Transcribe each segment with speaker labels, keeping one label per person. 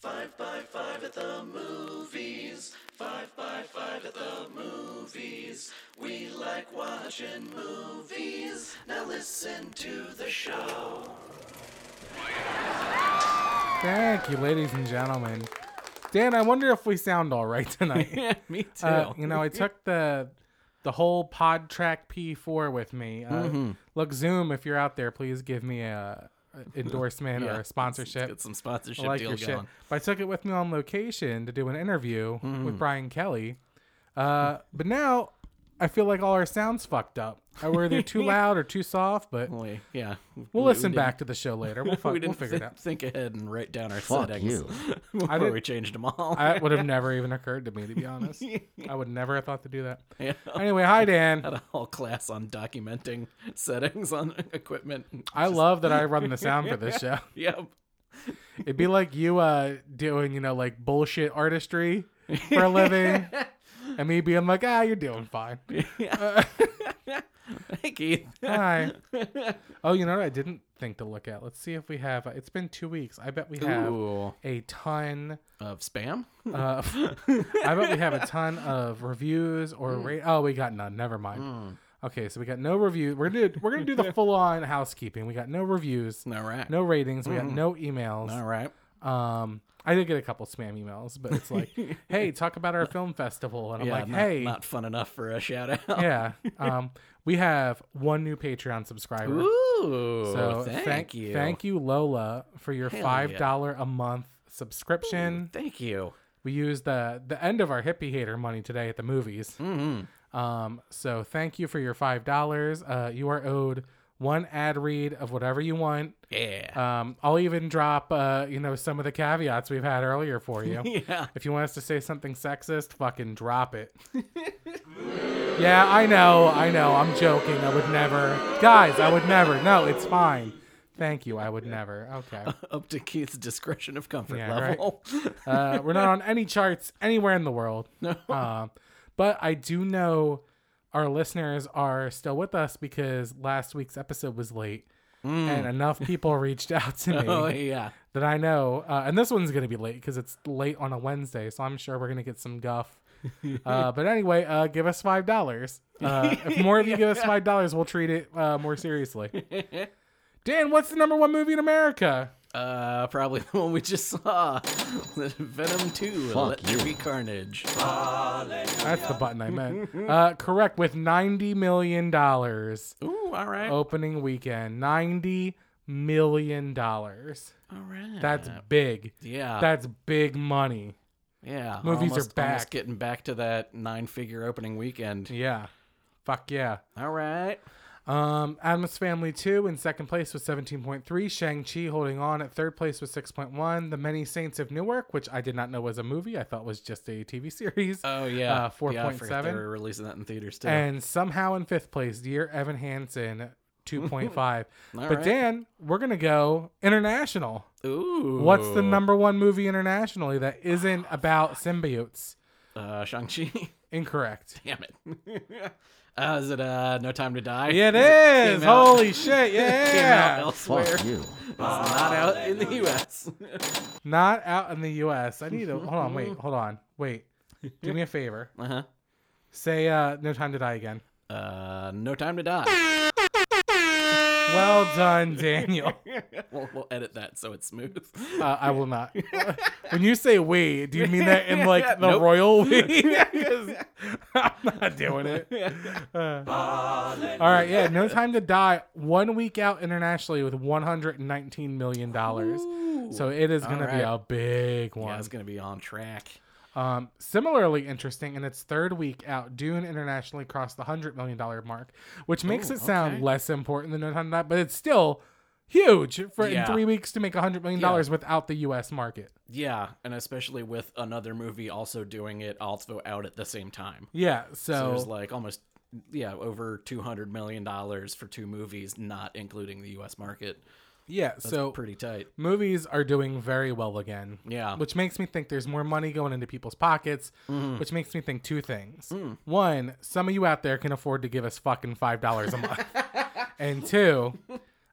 Speaker 1: Five by five at the movies. Five by five at the movies. We like watching movies. Now listen to the show.
Speaker 2: Thank you, ladies and gentlemen. Dan, I wonder if we sound all right tonight.
Speaker 3: Yeah, me too.
Speaker 2: Uh, you know, I took the the whole pod track P4 with me. Uh,
Speaker 3: Mm-hmm.
Speaker 2: Look, Zoom, if you're out there, please give me a a endorsement
Speaker 3: Yeah,
Speaker 2: or a
Speaker 3: let's-
Speaker 2: sponsorship.
Speaker 3: Let's get some sponsorship
Speaker 2: I like
Speaker 3: deal
Speaker 2: your
Speaker 3: going. Mm-hmm.
Speaker 2: shit. But I took it with me on location to do an interview with Brian Kelly. Uh, but now I feel like all our sounds fucked up. I were either too loud or too soft, but we'll
Speaker 3: Only- yeah. We'll
Speaker 2: listen back to the show later. We'll, fu-
Speaker 3: we
Speaker 2: we'll
Speaker 3: didn't
Speaker 2: figure it
Speaker 3: thi-
Speaker 2: out.
Speaker 3: think ahead and write down our
Speaker 4: Fuck
Speaker 3: settings
Speaker 4: you.
Speaker 2: I
Speaker 3: before
Speaker 2: didn't-
Speaker 3: we changed them all.
Speaker 2: I, that would have never even occurred to me, to be honest. I would never have thought to do that.
Speaker 3: yeah.
Speaker 2: Anyway, hi Dan.
Speaker 3: Had a whole class on documenting settings on equipment.
Speaker 2: I love that I run the sound for this show.
Speaker 3: Yep.
Speaker 2: It'd be like you uh doing, you know, like bullshit artistry for a living. and me being like, ah, you're doing fine.
Speaker 3: Hey, Keith.
Speaker 2: Hi. Oh, you know what I didn't think to look at? Let's see if we have uh, it's been two weeks. I bet we have
Speaker 3: Ooh.
Speaker 2: a ton
Speaker 3: Of spam?
Speaker 2: of Uh, I bet we have a ton of reviews or rate
Speaker 3: Mm.
Speaker 2: oh we got none. Never mind. Okay, so we got no review. We're gonna do, we're gonna do the full on housekeeping. We got no reviews,
Speaker 3: All right.
Speaker 2: no ratings. We got no emails.
Speaker 3: All right.
Speaker 2: Um, I did get a couple spam emails, but it's like, hey, talk about our film festival, and I'm
Speaker 3: yeah,
Speaker 2: like,
Speaker 3: not,
Speaker 2: hey,
Speaker 3: not fun enough for a shout out.
Speaker 2: yeah. Um, we have one new Patreon subscriber.
Speaker 3: Ooh.
Speaker 2: so
Speaker 3: thank, you.
Speaker 2: thank you, Lola, for your
Speaker 3: Hell
Speaker 2: five
Speaker 3: yeah.
Speaker 2: dollar a month subscription.
Speaker 3: Thank you.
Speaker 2: We used the the end of our hippie hater money today at the movies. Um, so thank you for your five dollars. Uh, you are owed one ad read of whatever you want.
Speaker 3: Yeah.
Speaker 2: Um, I'll even drop, uh, you know, some of the caveats we've had earlier for you.
Speaker 3: yeah.
Speaker 2: If you want us to say something sexist, fucking drop it. yeah, I know, I know. I'm joking. I would never. Guys, I would never. No, it's fine. Thank you. I would never. Okay.
Speaker 3: Up to Keith's discretion of comfort
Speaker 2: Yeah, right.
Speaker 3: level.
Speaker 2: Uh, we're not on any charts anywhere in the world.
Speaker 3: No.
Speaker 2: Um, but I do know our listeners are still with us because last week's episode was late. And enough people reached out to me
Speaker 3: Mm. oh, yeah.
Speaker 2: that I know. Uh, and this one's going to be late because it's late on a Wednesday. So I'm sure we're going to get some guff. Uh, but anyway, uh, give us $5. Uh, if more of you give us $5, we'll treat it uh, more seriously. Dan, what's the number one movie in America?
Speaker 3: Uh, probably the one we just saw. Venom 2,
Speaker 4: Fuck
Speaker 3: Electric Carnage.
Speaker 2: That's the button I meant. Uh, correct, with $90 million
Speaker 3: Ooh, all right.
Speaker 2: opening weekend. $90 million. That's
Speaker 3: all right.
Speaker 2: big.
Speaker 3: yeah.
Speaker 2: That's big money.
Speaker 3: yeah.
Speaker 2: movies are
Speaker 3: almost,
Speaker 2: back.
Speaker 3: Almost getting back to that nine-figure opening weekend.
Speaker 2: Yeah. Fuck yeah.
Speaker 3: All right.
Speaker 2: Um, Adam's Family 2 in second place with 17.3. Shang-Chi holding on at third place with 6.1. The Many Saints of Newark, which I did not know was a movie. I thought was just a TV series.
Speaker 3: Oh yeah.
Speaker 2: Uh, 4.7.
Speaker 3: Yeah, They're releasing that in theaters too.
Speaker 2: and somehow in fifth place, Dear Evan Hansen, 2.5. but
Speaker 3: right.
Speaker 2: Dan, we're going to go international.
Speaker 3: Ooh.
Speaker 2: What's the number one movie internationally that isn't about symbiotes?
Speaker 3: Uh, Shang Chi.
Speaker 2: Incorrect.
Speaker 3: Damn it. uh, is it uh No Time to Die?
Speaker 2: It
Speaker 3: came
Speaker 2: is.
Speaker 3: out-
Speaker 2: Holy shit.
Speaker 3: Came out
Speaker 2: Yeah.
Speaker 3: elsewhere.
Speaker 4: Fuck you.
Speaker 3: It's not out in the U.S.
Speaker 2: Not out in the U.S. I need to hold on. Wait, hold on. Wait. Do me a favor.
Speaker 3: uh-huh.
Speaker 2: Say uh, "No Time to Die" again.
Speaker 3: Uh, No Time to Die.
Speaker 2: Well done, Daniel.
Speaker 3: We'll, we'll edit that so it's smooth.
Speaker 2: Uh, I will not. When you say "we," do you mean that in like the
Speaker 3: Nope.
Speaker 2: royal we? 'Cause I'm not doing it. Uh, all right, yeah. "No Time to Die" one week out internationally with 119 million dollars. So it is going to be
Speaker 3: All
Speaker 2: a big one.
Speaker 3: Yeah, it's gonna be on track.
Speaker 2: Um, similarly interesting, in its third week out, Dune internationally crossed the hundred million dollar mark, which makes it sound
Speaker 3: okay.
Speaker 2: less important than No Time to Die, but it's still huge for in
Speaker 3: Yeah.
Speaker 2: three weeks to make hundred million dollars without the U.S. market.
Speaker 3: Yeah, and especially with another movie also doing it, also out at the same time.
Speaker 2: Yeah,
Speaker 3: So
Speaker 2: so,
Speaker 3: there's like almost yeah over two hundred million dollars for two movies, not including the U.S. market.
Speaker 2: yeah, so
Speaker 3: Pretty tight.
Speaker 2: movies are doing very well again.
Speaker 3: Yeah.
Speaker 2: which makes me think there's more money going into people's pockets,
Speaker 3: Mm-hmm.
Speaker 2: which makes me think two things.
Speaker 3: Mm.
Speaker 2: One, some of you out there can afford to give us fucking five dollars a month, and two,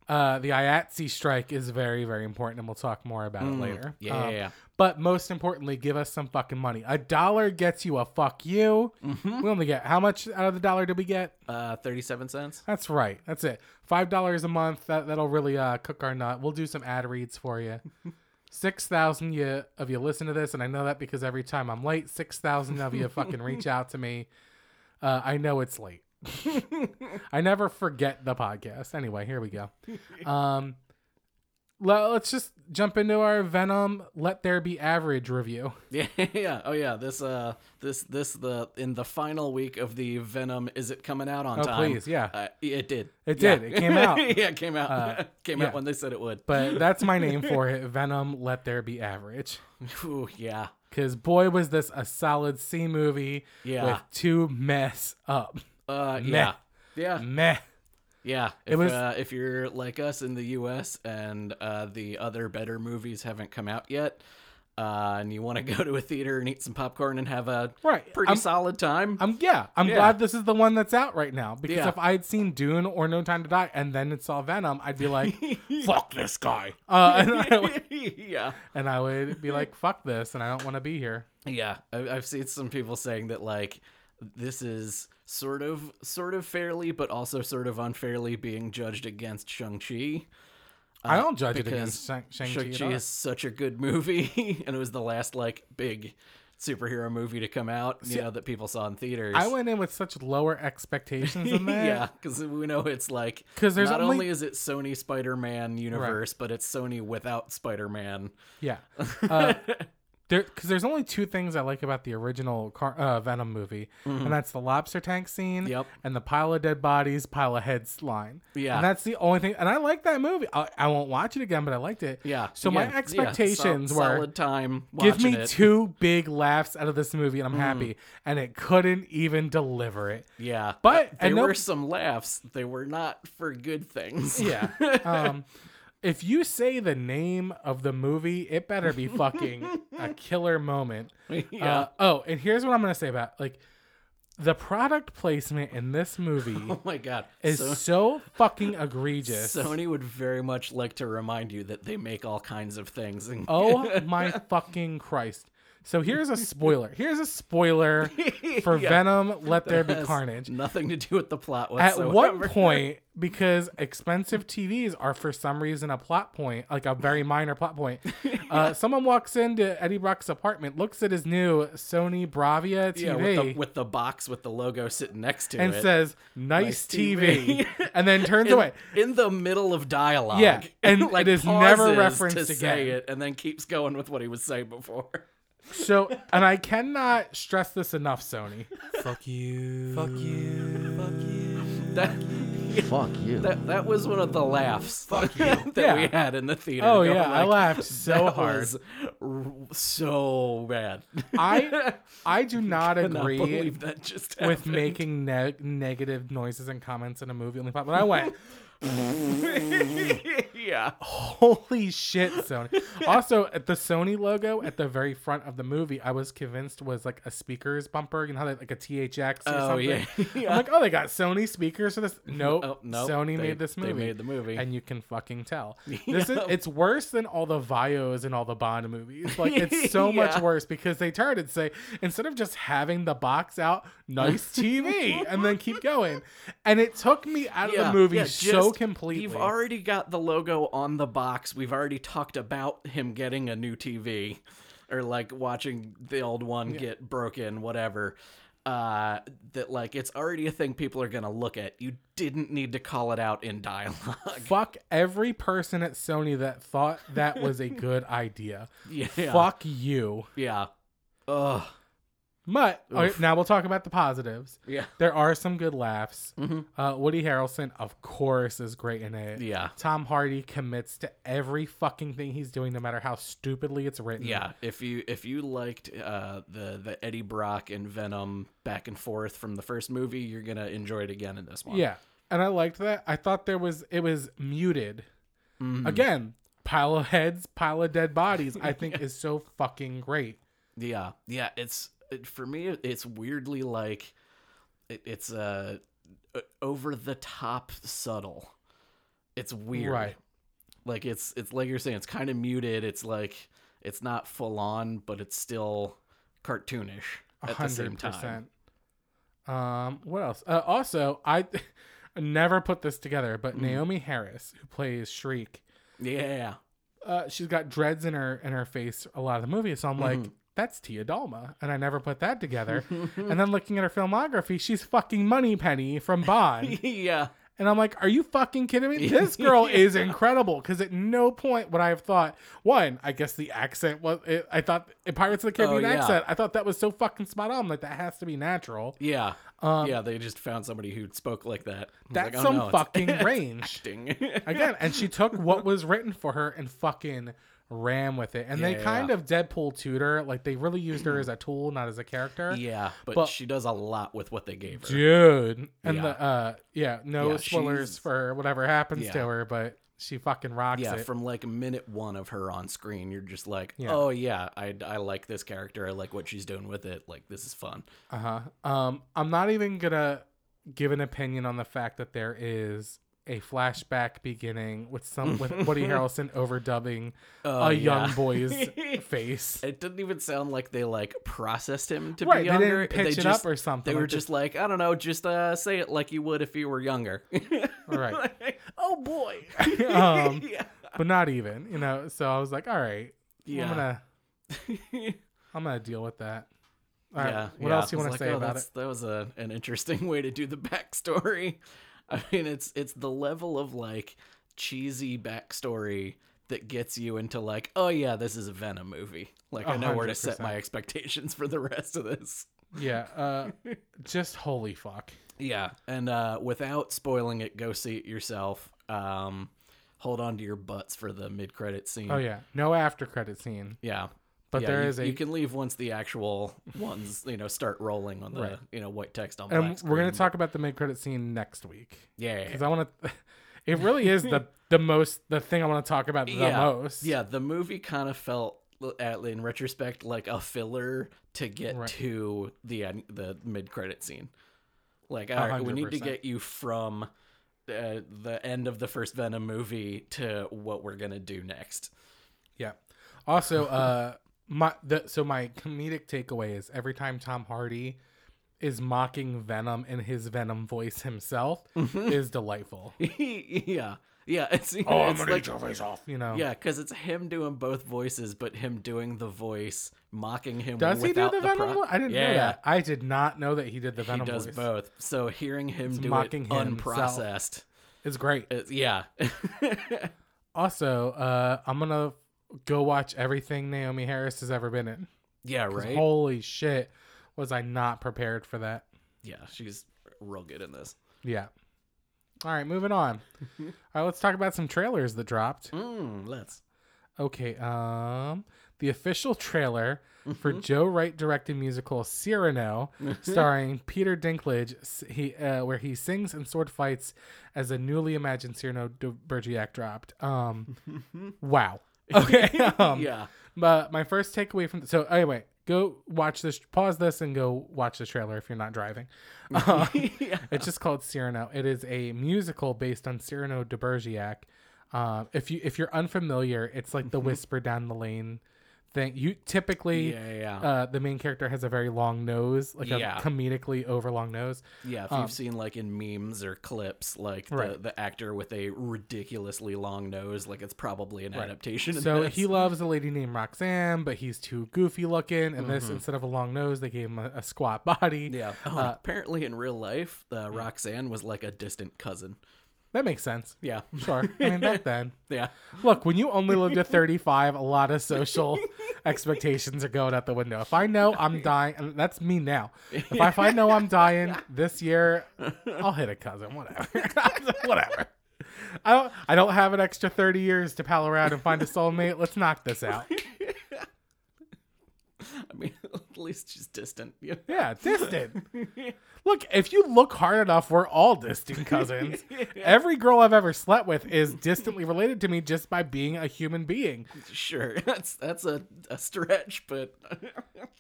Speaker 2: Uh, the IATSE strike is very, very important, and we'll talk more about it later.
Speaker 3: Mm.
Speaker 2: Um,
Speaker 3: Yeah, yeah, yeah.
Speaker 2: But most importantly, give us some fucking money. A dollar gets you a fuck you.
Speaker 3: Mm-hmm.
Speaker 2: We only get how much out of the dollar did we get?
Speaker 3: Uh, 37 cents.
Speaker 2: That's right. That's it. Five dollars a month. That that'll really uh, cook our nut. We'll do some ad reads for you. Six thousand you of you listen to this, and I know that because every time I'm late, six thousand of you fucking reach out to me. Uh, I know it's late. I never forget the podcast. Anyway, here we go. Um, le- let's just jump into our Venom "Let There Be Average" review.
Speaker 3: Yeah, yeah. Oh yeah, this uh this this the in the final week of the Venom is it coming out on
Speaker 2: Oh,
Speaker 3: time?
Speaker 2: please, yeah.
Speaker 3: Uh, it did.
Speaker 2: It
Speaker 3: Yeah.
Speaker 2: did. It came out. Uh,
Speaker 3: yeah, it came out. came
Speaker 2: yeah.
Speaker 3: out when they said it would.
Speaker 2: But that's my name for it. Venom, let there be average.
Speaker 3: Ooh, yeah.
Speaker 2: Because boy, was this a solid C movie
Speaker 3: Yeah.
Speaker 2: with two mess up.
Speaker 3: Uh yeah. Yeah.
Speaker 2: Meh.
Speaker 3: Yeah. If,
Speaker 2: was-
Speaker 3: uh, if you're like us in the US and uh, the other better movies haven't come out yet, uh, and you want to go to a theater and eat some popcorn and have a
Speaker 2: Right.
Speaker 3: pretty
Speaker 2: I'm-
Speaker 3: solid time.
Speaker 2: I'm yeah. I'm
Speaker 3: Yeah.
Speaker 2: glad this is the one that's out right now. Because
Speaker 3: Yeah.
Speaker 2: if I had seen Dune or No Time to Die and then it saw Venom, I'd be like,
Speaker 3: fuck this guy.
Speaker 2: uh, and, I would,
Speaker 3: yeah.
Speaker 2: and I would be like, fuck this, and I don't want to be here.
Speaker 3: Yeah, I- I've seen some people saying that like this is sort of sort of fairly, but also sort of unfairly being judged against Shang Chi.
Speaker 2: I don't judge it
Speaker 3: Uh, because
Speaker 2: against Shang- Shang-Chi
Speaker 3: Shang
Speaker 2: at
Speaker 3: Chi
Speaker 2: all.
Speaker 3: is such a good movie, and it was the last like big superhero movie to come out, you know, that people saw in theaters.
Speaker 2: I went in with such lower expectations than that.
Speaker 3: yeah, because we know it's like
Speaker 2: 'Cause there's
Speaker 3: not
Speaker 2: only-
Speaker 3: only is it Sony Spider Man universe, but it's Sony without Spider Man.
Speaker 2: Yeah. Uh, there, because there's only two things I like about the original car, uh, Venom movie, and that's the lobster tank scene,
Speaker 3: Mm-hmm. Yep.
Speaker 2: and the pile of dead bodies, pile of heads line.
Speaker 3: Yeah.
Speaker 2: and that's the only thing. And I like that movie. I, I won't watch it again, but I liked it.
Speaker 3: Yeah.
Speaker 2: So
Speaker 3: yeah,
Speaker 2: my
Speaker 3: so-
Speaker 2: expectations were
Speaker 3: solid time.
Speaker 2: give me
Speaker 3: watching it. Mm-hmm.
Speaker 2: two big laughs out of this movie, and I'm happy. And it couldn't even deliver it.
Speaker 3: Yeah.
Speaker 2: But
Speaker 3: Uh, there
Speaker 2: I know-
Speaker 3: were some laughs. They were not for good things.
Speaker 2: Yeah. Um, if you say the name of the movie, it better be fucking a killer moment.
Speaker 3: Yeah.
Speaker 2: Uh, oh, and here's what I'm gonna say about like the product placement in this movie
Speaker 3: oh my god.
Speaker 2: is
Speaker 3: So-
Speaker 2: so, fucking egregious.
Speaker 3: Sony would very much like to remind you that they make all kinds of things. And
Speaker 2: oh my fucking Christ. So here's a spoiler. Here's a spoiler for Venom Let There Be
Speaker 3: has
Speaker 2: Carnage.
Speaker 3: Nothing to do with the plot
Speaker 2: At
Speaker 3: whatsoever.
Speaker 2: what point, because expensive TVs are for some reason a plot point, like a very minor plot point, uh, someone walks into Eddie Brock's apartment, looks at his new Sony Bravia TV,
Speaker 3: Yeah, with the, with the box with the logo sitting next to
Speaker 2: and
Speaker 3: it.
Speaker 2: says, "Nice,
Speaker 3: Nice
Speaker 2: TV,",
Speaker 3: TV.
Speaker 2: and then turns away.
Speaker 3: in, in the middle of dialogue.
Speaker 2: Yeah, and
Speaker 3: like
Speaker 2: it is never
Speaker 3: pauses
Speaker 2: referenced
Speaker 3: to say
Speaker 2: again.
Speaker 3: it, and then keeps going with what he was saying before.
Speaker 2: So, and I cannot stress this enough, Sony. Fuck you. Fuck you.
Speaker 3: That,
Speaker 1: Fuck you.
Speaker 3: that that was one of the laughs that we
Speaker 2: Yeah.
Speaker 3: had in the theater.
Speaker 2: Oh
Speaker 3: going
Speaker 2: yeah, I
Speaker 3: like,
Speaker 2: laughed so
Speaker 3: That
Speaker 2: hard.
Speaker 3: was r- so bad.
Speaker 2: I I do not
Speaker 3: Cannot
Speaker 2: agree
Speaker 3: believe that just
Speaker 2: with
Speaker 3: happened.
Speaker 2: making neg negative noises and comments in a movie only pop. But I went,
Speaker 3: yeah.
Speaker 2: holy shit, Sony. Also, at the Sony logo at the very front of the movie, I was convinced was like a speakers bumper. You know how they like a THX or
Speaker 3: Oh
Speaker 2: something.
Speaker 3: yeah.
Speaker 2: I'm like, oh, they got Sony speakers for this. Nope,
Speaker 3: Oh, nope.
Speaker 2: Sony
Speaker 3: They-
Speaker 2: made this
Speaker 3: they
Speaker 2: movie.
Speaker 3: made the movie.
Speaker 2: and you can fucking tell. This is it's worse than all the Vios and all the Bond movies. Like it's so much
Speaker 3: Yeah.
Speaker 2: worse because they tried to say instead of just having the box out, nice TV, and then keep going. And it took me out of the movie
Speaker 3: yeah,
Speaker 2: so
Speaker 3: just-
Speaker 2: completely.
Speaker 3: You've already got the logo on the box. We've already talked about him getting a new TV, or like watching the old one get broken, whatever. Uh, that like it's already a thing people are gonna look at. You didn't need to call it out in dialogue.
Speaker 2: Fuck every person at Sony that thought that was a good idea.
Speaker 3: yeah.
Speaker 2: Fuck you.
Speaker 3: Yeah. Ugh.
Speaker 2: But all right,
Speaker 3: Oof.
Speaker 2: now we'll talk about the positives.
Speaker 3: Yeah. Mm-hmm.
Speaker 2: There are some good laughs. Uh, Woody Harrelson, of course, is great in it.
Speaker 3: Yeah.
Speaker 2: Tom Hardy commits to every fucking thing he's doing, no matter how stupidly it's written.
Speaker 3: Yeah, if you if you liked uh, the the Eddie Brock and Venom back and forth from the first movie, you're gonna enjoy it again in this one.
Speaker 2: Yeah. And I liked that. I thought there was, it was muted.
Speaker 3: Mm-hmm.
Speaker 2: Again, pile of heads, pile of dead bodies, I think is so fucking great.
Speaker 3: yeah, yeah. It's it, for me, it's weirdly like it, it's uh, uh, over the top subtle. It's weird.
Speaker 2: Right.
Speaker 3: Like it's it's like you're saying, it's kind of muted. It's like it's not full on, but it's still cartoonish at the same time.
Speaker 2: 100%. Um, what else? Uh, also, I I never put this together, but
Speaker 3: Mm.
Speaker 2: Naomi Harris, who plays Shriek,
Speaker 3: Yeah.
Speaker 2: uh, she's got dreads in her in her face a lot of the movie. So I'm
Speaker 3: Mm-hmm.
Speaker 2: like, that's Tia Dalma, and I never put that together. and then looking at her filmography, she's fucking Money Penny from Bond,
Speaker 3: yeah.
Speaker 2: and I'm like, are you fucking kidding me? This girl is incredible. Because at no point would I have thought one. I guess the accent was. It, I thought in Pirates of the Caribbean
Speaker 3: Oh, yeah.
Speaker 2: accent. I thought that was so fucking spot on. Like that has to be natural.
Speaker 3: Yeah. yeah, they just found somebody who spoke like that. I was
Speaker 2: Um, That's
Speaker 3: like, oh,
Speaker 2: some
Speaker 3: no, it's
Speaker 2: fucking range.
Speaker 3: acting.
Speaker 2: Again, and she took what was written for her and fucking ram with it. And they
Speaker 3: Yeah.
Speaker 2: kind of Deadpool tutor, like they really used her as a tool, not as a character.
Speaker 3: yeah, but,
Speaker 2: But-
Speaker 3: she does a lot with what they gave her.
Speaker 2: Dude. And
Speaker 3: Yeah.
Speaker 2: the uh yeah, no
Speaker 3: Yeah,
Speaker 2: spoilers
Speaker 3: she's-
Speaker 2: for whatever happens to
Speaker 3: Yeah.
Speaker 2: her, but she fucking rocks
Speaker 3: yeah,
Speaker 2: it.
Speaker 3: from like minute one of her on screen, you're just like,
Speaker 2: Yeah.
Speaker 3: oh yeah, I, I like this character. I like what she's doing with it. Like this is fun.
Speaker 2: uh-huh. Um I'm not even gonna give an opinion on the fact that there is a flashback beginning with some with Woody Harrelson overdubbing
Speaker 3: Oh,
Speaker 2: a
Speaker 3: yeah.
Speaker 2: young boy's face.
Speaker 3: It didn't even sound like they like processed him to
Speaker 2: Right,
Speaker 3: be
Speaker 2: they didn't
Speaker 3: younger.
Speaker 2: pitch it up
Speaker 3: just,
Speaker 2: or something,
Speaker 3: They were
Speaker 2: like,
Speaker 3: just like, I don't know, just uh, say it like you would if you were younger.
Speaker 2: Right.
Speaker 3: oh boy.
Speaker 2: Um,
Speaker 3: yeah.
Speaker 2: but not even you know so i was like all right i'm
Speaker 3: Yeah.
Speaker 2: gonna i'm gonna deal with that all right
Speaker 3: yeah.
Speaker 2: what
Speaker 3: yeah.
Speaker 2: else do you
Speaker 3: I
Speaker 2: want
Speaker 3: was like,
Speaker 2: to say
Speaker 3: oh,
Speaker 2: about
Speaker 3: that's-
Speaker 2: it
Speaker 3: That was a, an interesting way to do the backstory. I mean, it's it's the level of like cheesy backstory that gets you into like, oh yeah, this is a Venom movie. Like I know where to set
Speaker 2: 100%.
Speaker 3: my expectations for the rest of this.
Speaker 2: yeah uh just holy fuck
Speaker 3: Yeah, and uh, without spoiling it, go see it yourself. Um, hold on to your butts for the mid-credit scene.
Speaker 2: oh yeah no after credit scene
Speaker 3: yeah.
Speaker 2: But
Speaker 3: Yeah,
Speaker 2: there
Speaker 3: you,
Speaker 2: is a-
Speaker 3: you can leave once the actual ones you know start rolling on the
Speaker 2: Right.
Speaker 3: you know white text on
Speaker 2: and
Speaker 3: black.
Speaker 2: we're gonna
Speaker 3: screen,
Speaker 2: talk about the mid-credit scene next week
Speaker 3: but- Yeah, yeah,
Speaker 2: because i want to it really is the the most the thing i want to talk about the
Speaker 3: yeah.
Speaker 2: most
Speaker 3: Yeah, the movie kind of felt at- in retrospect like a filler to get
Speaker 2: Right.
Speaker 3: to the end, the mid credit scene. Like, all right, we need to
Speaker 2: 100%.
Speaker 3: get you from uh, the end of the first Venom movie to what we're gonna do next.
Speaker 2: yeah also uh my the, so my comedic takeaway is every time tom hardy is mocking venom in his venom voice himself
Speaker 3: Mm-hmm.
Speaker 2: is delightful
Speaker 3: yeah, yeah. It's,
Speaker 2: Oh,
Speaker 3: it's like,
Speaker 2: off. You know.
Speaker 3: Yeah, because it's him doing both voices, but him doing the voice mocking him.
Speaker 2: Does he do
Speaker 3: without
Speaker 2: the venom?
Speaker 3: pro-
Speaker 2: vo- I didn't know
Speaker 3: Yeah.
Speaker 2: that. I did not know that he did the
Speaker 3: He
Speaker 2: venom
Speaker 3: does
Speaker 2: voice.
Speaker 3: both. So hearing him do
Speaker 2: mocking
Speaker 3: it
Speaker 2: himself.
Speaker 3: unprocessed,
Speaker 2: It's great.
Speaker 3: it's, yeah,
Speaker 2: Also, uh, I'm gonna go watch everything Naomi Harris has ever been in.
Speaker 3: yeah,
Speaker 2: 'Cause
Speaker 3: right.
Speaker 2: Holy shit, was I not prepared for that?
Speaker 3: yeah, she's real good in this.
Speaker 2: Yeah. All right, moving on. All right, let's talk about some trailers that dropped.
Speaker 3: Mm, let's.
Speaker 2: Okay, um, the official trailer for Joe Wright directed musical Cyrano, starring Peter Dinklage, s- he uh, where he sings and sword fights as a newly imagined Cyrano de Bergerac dropped. Um, wow. Okay. Um,
Speaker 3: yeah,
Speaker 2: But my first takeaway from so anyway, go watch this. Pause this and go watch the trailer if you're not driving. Um, It's just called Cyrano. It is a musical based on Cyrano de Bergerac. Um, if you if you're unfamiliar, it's like the
Speaker 3: Mm-hmm.
Speaker 2: whisper down the lane thing. You typically
Speaker 3: Yeah, yeah.
Speaker 2: Uh, the main character has a very long nose, like
Speaker 3: Yeah.
Speaker 2: a comedically overlong nose.
Speaker 3: yeah. If you've seen like in memes or clips, like the,
Speaker 2: Right.
Speaker 3: the actor with a ridiculously long nose, like it's probably an adaptation. of
Speaker 2: So
Speaker 3: this.
Speaker 2: he loves a lady named Roxanne, but he's too goofy looking. And this instead of a long nose, they gave him a, a squat body.
Speaker 3: Mm-hmm. Yeah. apparently, in real life, the Roxanne was like a distant cousin.
Speaker 2: that makes sense.
Speaker 3: Yeah.
Speaker 2: Sure. I mean, back then.
Speaker 3: Yeah.
Speaker 2: Look, when you only live to 35, a lot of social expectations are going out the window. If I know I'm dying, and that's me now. If, I- if I know I'm dying this year, I'll hit a cousin, whatever. whatever. I don't, I don't have an extra 30 years to pal around and find a soulmate. Let's knock this out.
Speaker 3: I mean, at least she's distant. Yeah.
Speaker 2: Yeah, distant. Look, if you look hard enough, we're all distant cousins. Every girl I've ever slept with is distantly related to me just by being a human being.
Speaker 3: Sure. That's that's a, a stretch, but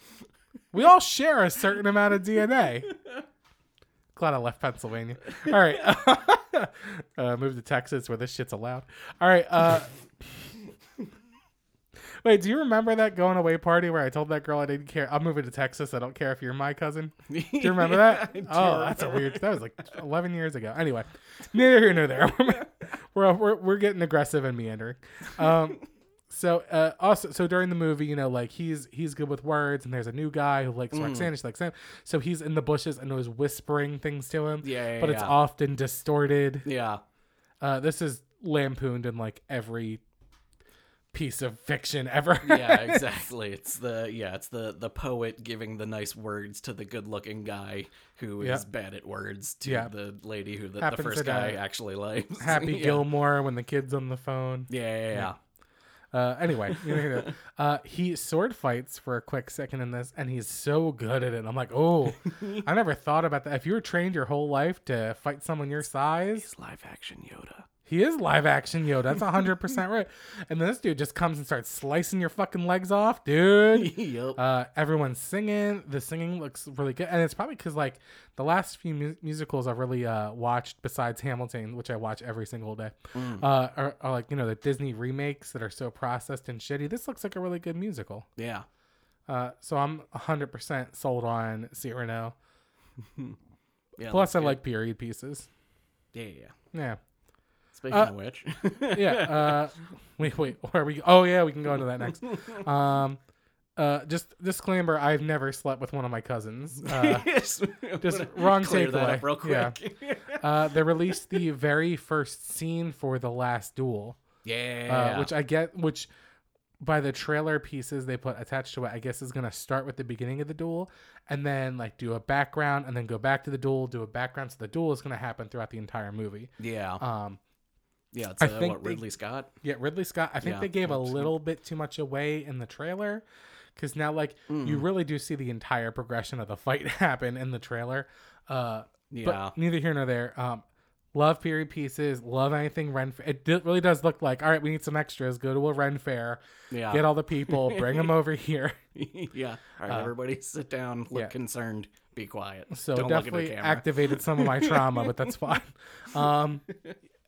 Speaker 2: We all share a certain amount of DNA. Glad I left Pennsylvania. All right. uh, move to Texas where this shit's allowed. All right. Uh, wait, do you remember that going away party where I told that girl I didn't care? I'm moving to Texas. I don't care if you're my cousin.
Speaker 3: Do
Speaker 2: Do you remember that? oh, that's a weird. That was like 11 years ago. Anyway, neither here nor there. we're, we're we're getting aggressive and meandering. Um, so uh, also so during the movie, you know, like he's he's good with words, and there's a new guy who likes Roxanne. She likes him. So he's in the bushes and was whispering things to him.
Speaker 3: Yeah, yeah,
Speaker 2: but it's
Speaker 3: yeah.
Speaker 2: often distorted.
Speaker 3: Yeah.
Speaker 2: Uh, this is lampooned in like every piece of fiction ever.
Speaker 3: Yeah, exactly. It's the yeah, it's the the poet giving the nice words to the good-looking guy who is
Speaker 2: Yeah.
Speaker 3: bad at words to
Speaker 2: Yeah.
Speaker 3: the lady who the, the
Speaker 2: Happens
Speaker 3: first
Speaker 2: in,
Speaker 3: guy
Speaker 2: uh,
Speaker 3: actually likes.
Speaker 2: Happy
Speaker 3: yeah.
Speaker 2: Gilmore when the kid's on the phone.
Speaker 3: Yeah, yeah, yeah.
Speaker 2: Uh, anyway, you know, uh, he sword fights for a quick second in this, and he's so good at it. I'm like, oh, I never thought about that. If you were trained your whole life to fight someone your size,
Speaker 3: He's live action Yoda.
Speaker 2: he is live action Yoda. That's 100 percent right. And then this dude just comes and starts slicing your fucking legs off, dude.
Speaker 3: yep.
Speaker 2: Uh, everyone's singing. The singing looks really good, and it's probably because like the last few mu- musicals I've really uh, watched, besides Hamilton, which I watch every single day, uh, are, are like you know the Disney remakes that are so processed and shitty. This looks like a really good musical,
Speaker 3: yeah.
Speaker 2: uh, so I'm 100% sold on Cyrano.
Speaker 3: Yeah.
Speaker 2: Plus, I
Speaker 3: that's
Speaker 2: like period pieces.
Speaker 3: good. Yeah, yeah. yeah.
Speaker 2: Yeah,
Speaker 3: Speaking
Speaker 2: Uh,
Speaker 3: of which.
Speaker 2: yeah. Uh, wait, wait. Where are we? Oh yeah, we can go into that next. Um, uh, just disclaimer: I've never slept with one of my cousins. Uh,
Speaker 3: Yes.
Speaker 2: just
Speaker 3: Wanna
Speaker 2: wrong
Speaker 3: clear that up
Speaker 2: takeaway.
Speaker 3: real
Speaker 2: Yeah.
Speaker 3: quick. Yeah.
Speaker 2: uh, they released the very first scene for the last duel, uh, which I get, which by the trailer pieces they put attached to it, I guess is going to start with the beginning of the duel and then like do a background and then go back to the duel, do a background. So the duel is going to happen throughout the entire movie.
Speaker 3: yeah.
Speaker 2: Um,
Speaker 3: Yeah, it's
Speaker 2: I
Speaker 3: uh,
Speaker 2: think
Speaker 3: what
Speaker 2: they-
Speaker 3: Ridley Scott.
Speaker 2: yeah, Ridley Scott, I think
Speaker 3: Yeah,
Speaker 2: they gave a
Speaker 3: 100%.
Speaker 2: little bit too much away in the trailer because now like you
Speaker 3: Mm.
Speaker 2: really do see the entire progression of the fight happen in the trailer. Uh,
Speaker 3: Yeah,
Speaker 2: but neither here nor there. Um, love period pieces. Love anything Ren. It di- really does look like all right. We need some extras. Go to a Ren fair.
Speaker 3: yeah,
Speaker 2: Get all the people. Bring them over here.
Speaker 3: yeah. All right, everybody, sit down. Look
Speaker 2: uh, yeah.
Speaker 3: concerned. Be quiet.
Speaker 2: So
Speaker 3: Don't look at
Speaker 2: definitely
Speaker 3: the camera.
Speaker 2: activated some of my trauma, but that's fine. Um,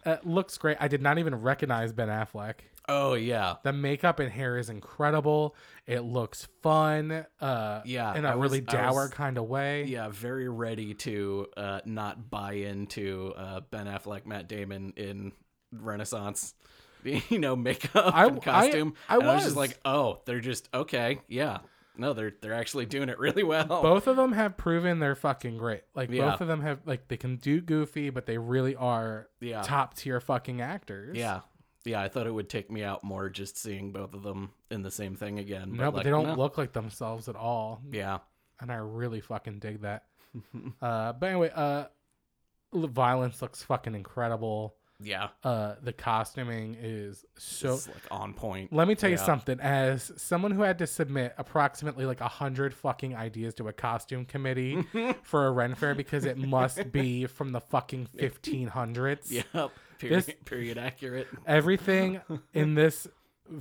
Speaker 2: it looks great. I did not even recognize Ben Affleck.
Speaker 3: oh yeah,
Speaker 2: The makeup and hair is incredible. It looks fun. Uh,
Speaker 3: Yeah,
Speaker 2: in a
Speaker 3: I was-
Speaker 2: really
Speaker 3: I
Speaker 2: dour
Speaker 3: was-
Speaker 2: kind of way.
Speaker 3: yeah. Very ready to uh, not buy into uh, Ben Affleck, Matt Damon in Renaissance. You know, makeup
Speaker 2: I-
Speaker 3: and costume.
Speaker 2: I- I
Speaker 3: And I was
Speaker 2: was.
Speaker 3: just like, oh, they're just okay. Yeah, no, they're they're actually doing it really well.
Speaker 2: both of them have proven they're fucking great. Like
Speaker 3: Oh. Yeah.
Speaker 2: both of them have like they can do goofy, but they really are
Speaker 3: Yeah.
Speaker 2: top tier fucking actors.
Speaker 3: Yeah. Yeah, I thought it would take me out more just seeing both of them in the same thing again.
Speaker 2: No, but
Speaker 3: like,
Speaker 2: they don't
Speaker 3: no.
Speaker 2: look like themselves at all.
Speaker 3: Yeah.
Speaker 2: And I really fucking dig that. uh but anyway, uh l- violence looks fucking incredible.
Speaker 3: Yeah.
Speaker 2: Uh the costuming is so
Speaker 3: it's like on point.
Speaker 2: Let me tell you
Speaker 3: Yeah.
Speaker 2: something. As someone who had to submit approximately like a hundred fucking ideas to a costume committee for a Ren Fair because it must be from the fucking fifteen hundreds.
Speaker 3: Yep. Period,
Speaker 2: This-
Speaker 3: period accurate.
Speaker 2: Everything in this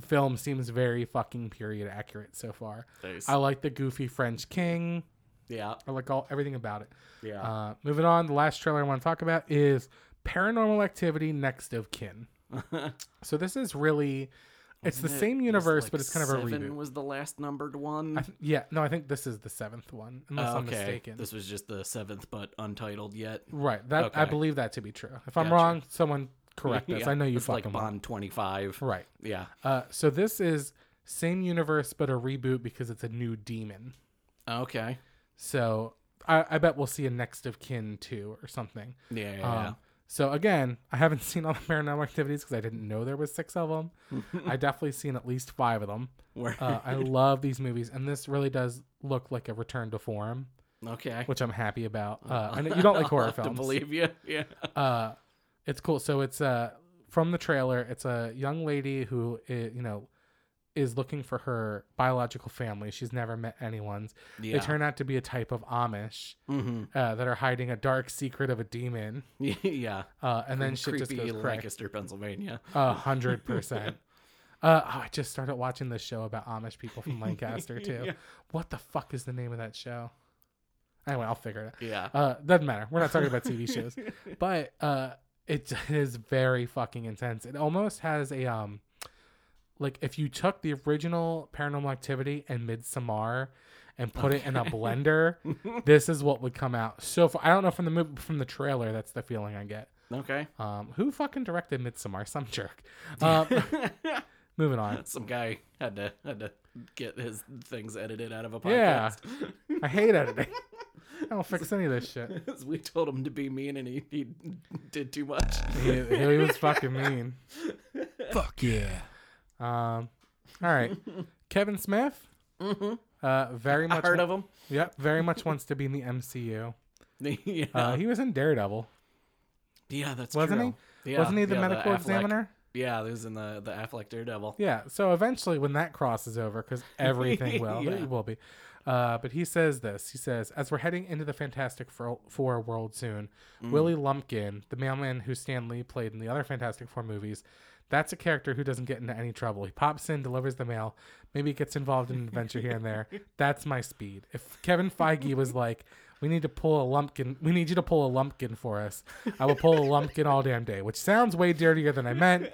Speaker 2: film seems very fucking period accurate so far.
Speaker 3: Nice.
Speaker 2: I like the goofy French king.
Speaker 3: Yeah.
Speaker 2: I like all everything about it.
Speaker 3: Yeah.
Speaker 2: Uh, moving on, the last trailer I want to talk about is Paranormal Activity: Next of Kin. so this is really, it's the same universe, but it's kind of a
Speaker 3: seven
Speaker 2: reboot.
Speaker 3: was the last numbered one.
Speaker 2: I th- yeah, no, I think this is the seventh one, unless I'm
Speaker 3: Oh, okay.
Speaker 2: Um, mistaken.
Speaker 3: This was just the seventh, but untitled yet.
Speaker 2: right, that I
Speaker 3: Okay.
Speaker 2: believe that to be true. If I'm
Speaker 3: Gotcha.
Speaker 2: wrong, someone correct us.
Speaker 3: Yeah,
Speaker 2: I know you
Speaker 3: it's like
Speaker 2: fucking will.
Speaker 3: Bond 25.
Speaker 2: right.
Speaker 3: Yeah.
Speaker 2: Uh, so this is same universe but a reboot because it's a new demon.
Speaker 3: Okay.
Speaker 2: So I, I bet we'll see a next of kin too or something.
Speaker 3: Yeah. Yeah.
Speaker 2: Um,
Speaker 3: yeah.
Speaker 2: So again, I haven't seen all the paranormal activities because I didn't know there was six of them. I definitely seen at least five of them.
Speaker 3: Where-
Speaker 2: Uh, I love these movies, and this really does look like a return to form,
Speaker 3: okay.
Speaker 2: which I'm happy about. Uh, I know you don't like uh, horror
Speaker 3: To
Speaker 2: films.
Speaker 3: believe you. Yeah.
Speaker 2: uh it's cool so it's uh from the trailer it's a young lady who i you know is looking for her biological family she's never met anyone's
Speaker 3: Yeah.
Speaker 2: they turn out to be a type of amish
Speaker 3: mm-hmm.
Speaker 2: uh, that are hiding a dark secret of a demon
Speaker 3: yeah.
Speaker 2: uh and then shit just
Speaker 3: Creepy
Speaker 2: goes crack
Speaker 3: Lancaster, Pennsylvania.
Speaker 2: a hundred percent uh oh, i just started watching this show about amish people from lancaster too
Speaker 3: Yeah.
Speaker 2: what the fuck is the name of that show Anyway, I'll figure it out.
Speaker 3: Yeah.
Speaker 2: Uh, doesn't matter. We're not talking about TV shows, but uh, it is very fucking intense. It almost has a um, like if you took the original Paranormal Activity and Midsommar and put it in a blender, this is what would come out. So far, I don't know from the movie, from the trailer, that's the feeling I get.
Speaker 3: Okay.
Speaker 2: Um, who fucking directed Midsommar? Some jerk. Um, moving on.
Speaker 3: Some guy had to had to get his things edited out of a
Speaker 2: Yeah.
Speaker 3: podcast.
Speaker 2: I hate editing. I don't fix any of this shit.
Speaker 3: 'Cause we told him to be mean, and he, he did too much.
Speaker 2: He, he was fucking mean.
Speaker 1: Fuck yeah.
Speaker 2: Um, all right, Kevin Smith.
Speaker 3: Mhm.
Speaker 2: Uh, very
Speaker 3: I
Speaker 2: much.
Speaker 3: heard of him.
Speaker 2: Yep, very much wants to be in the MCU.
Speaker 3: yeah.
Speaker 2: Uh, he was in Daredevil,
Speaker 3: yeah, that's
Speaker 2: wasn't
Speaker 3: true.
Speaker 2: he?
Speaker 3: Yeah,
Speaker 2: wasn't he the
Speaker 3: yeah,
Speaker 2: medical
Speaker 3: Affleck-
Speaker 2: examiner?
Speaker 3: Yeah, he was in the the Affleck Daredevil.
Speaker 2: Yeah. So eventually, when that crosses over, because everything will,
Speaker 3: Yeah.
Speaker 2: it will be. Uh, but he says this. He says, as we're heading into the Fantastic Four Four world soon,
Speaker 3: Mm.
Speaker 2: Willie Lumpkin, the mailman who Stan Lee played in the other Fantastic Four movies, that's a character who doesn't get into any trouble. He pops in, delivers the mail, maybe gets involved in an adventure here and there. That's my speed. If Kevin Feige was like, we need to pull a lumpkin. We need you to pull a lumpkin for us. I will pull a lumpkin all damn day, which sounds way dirtier than I meant,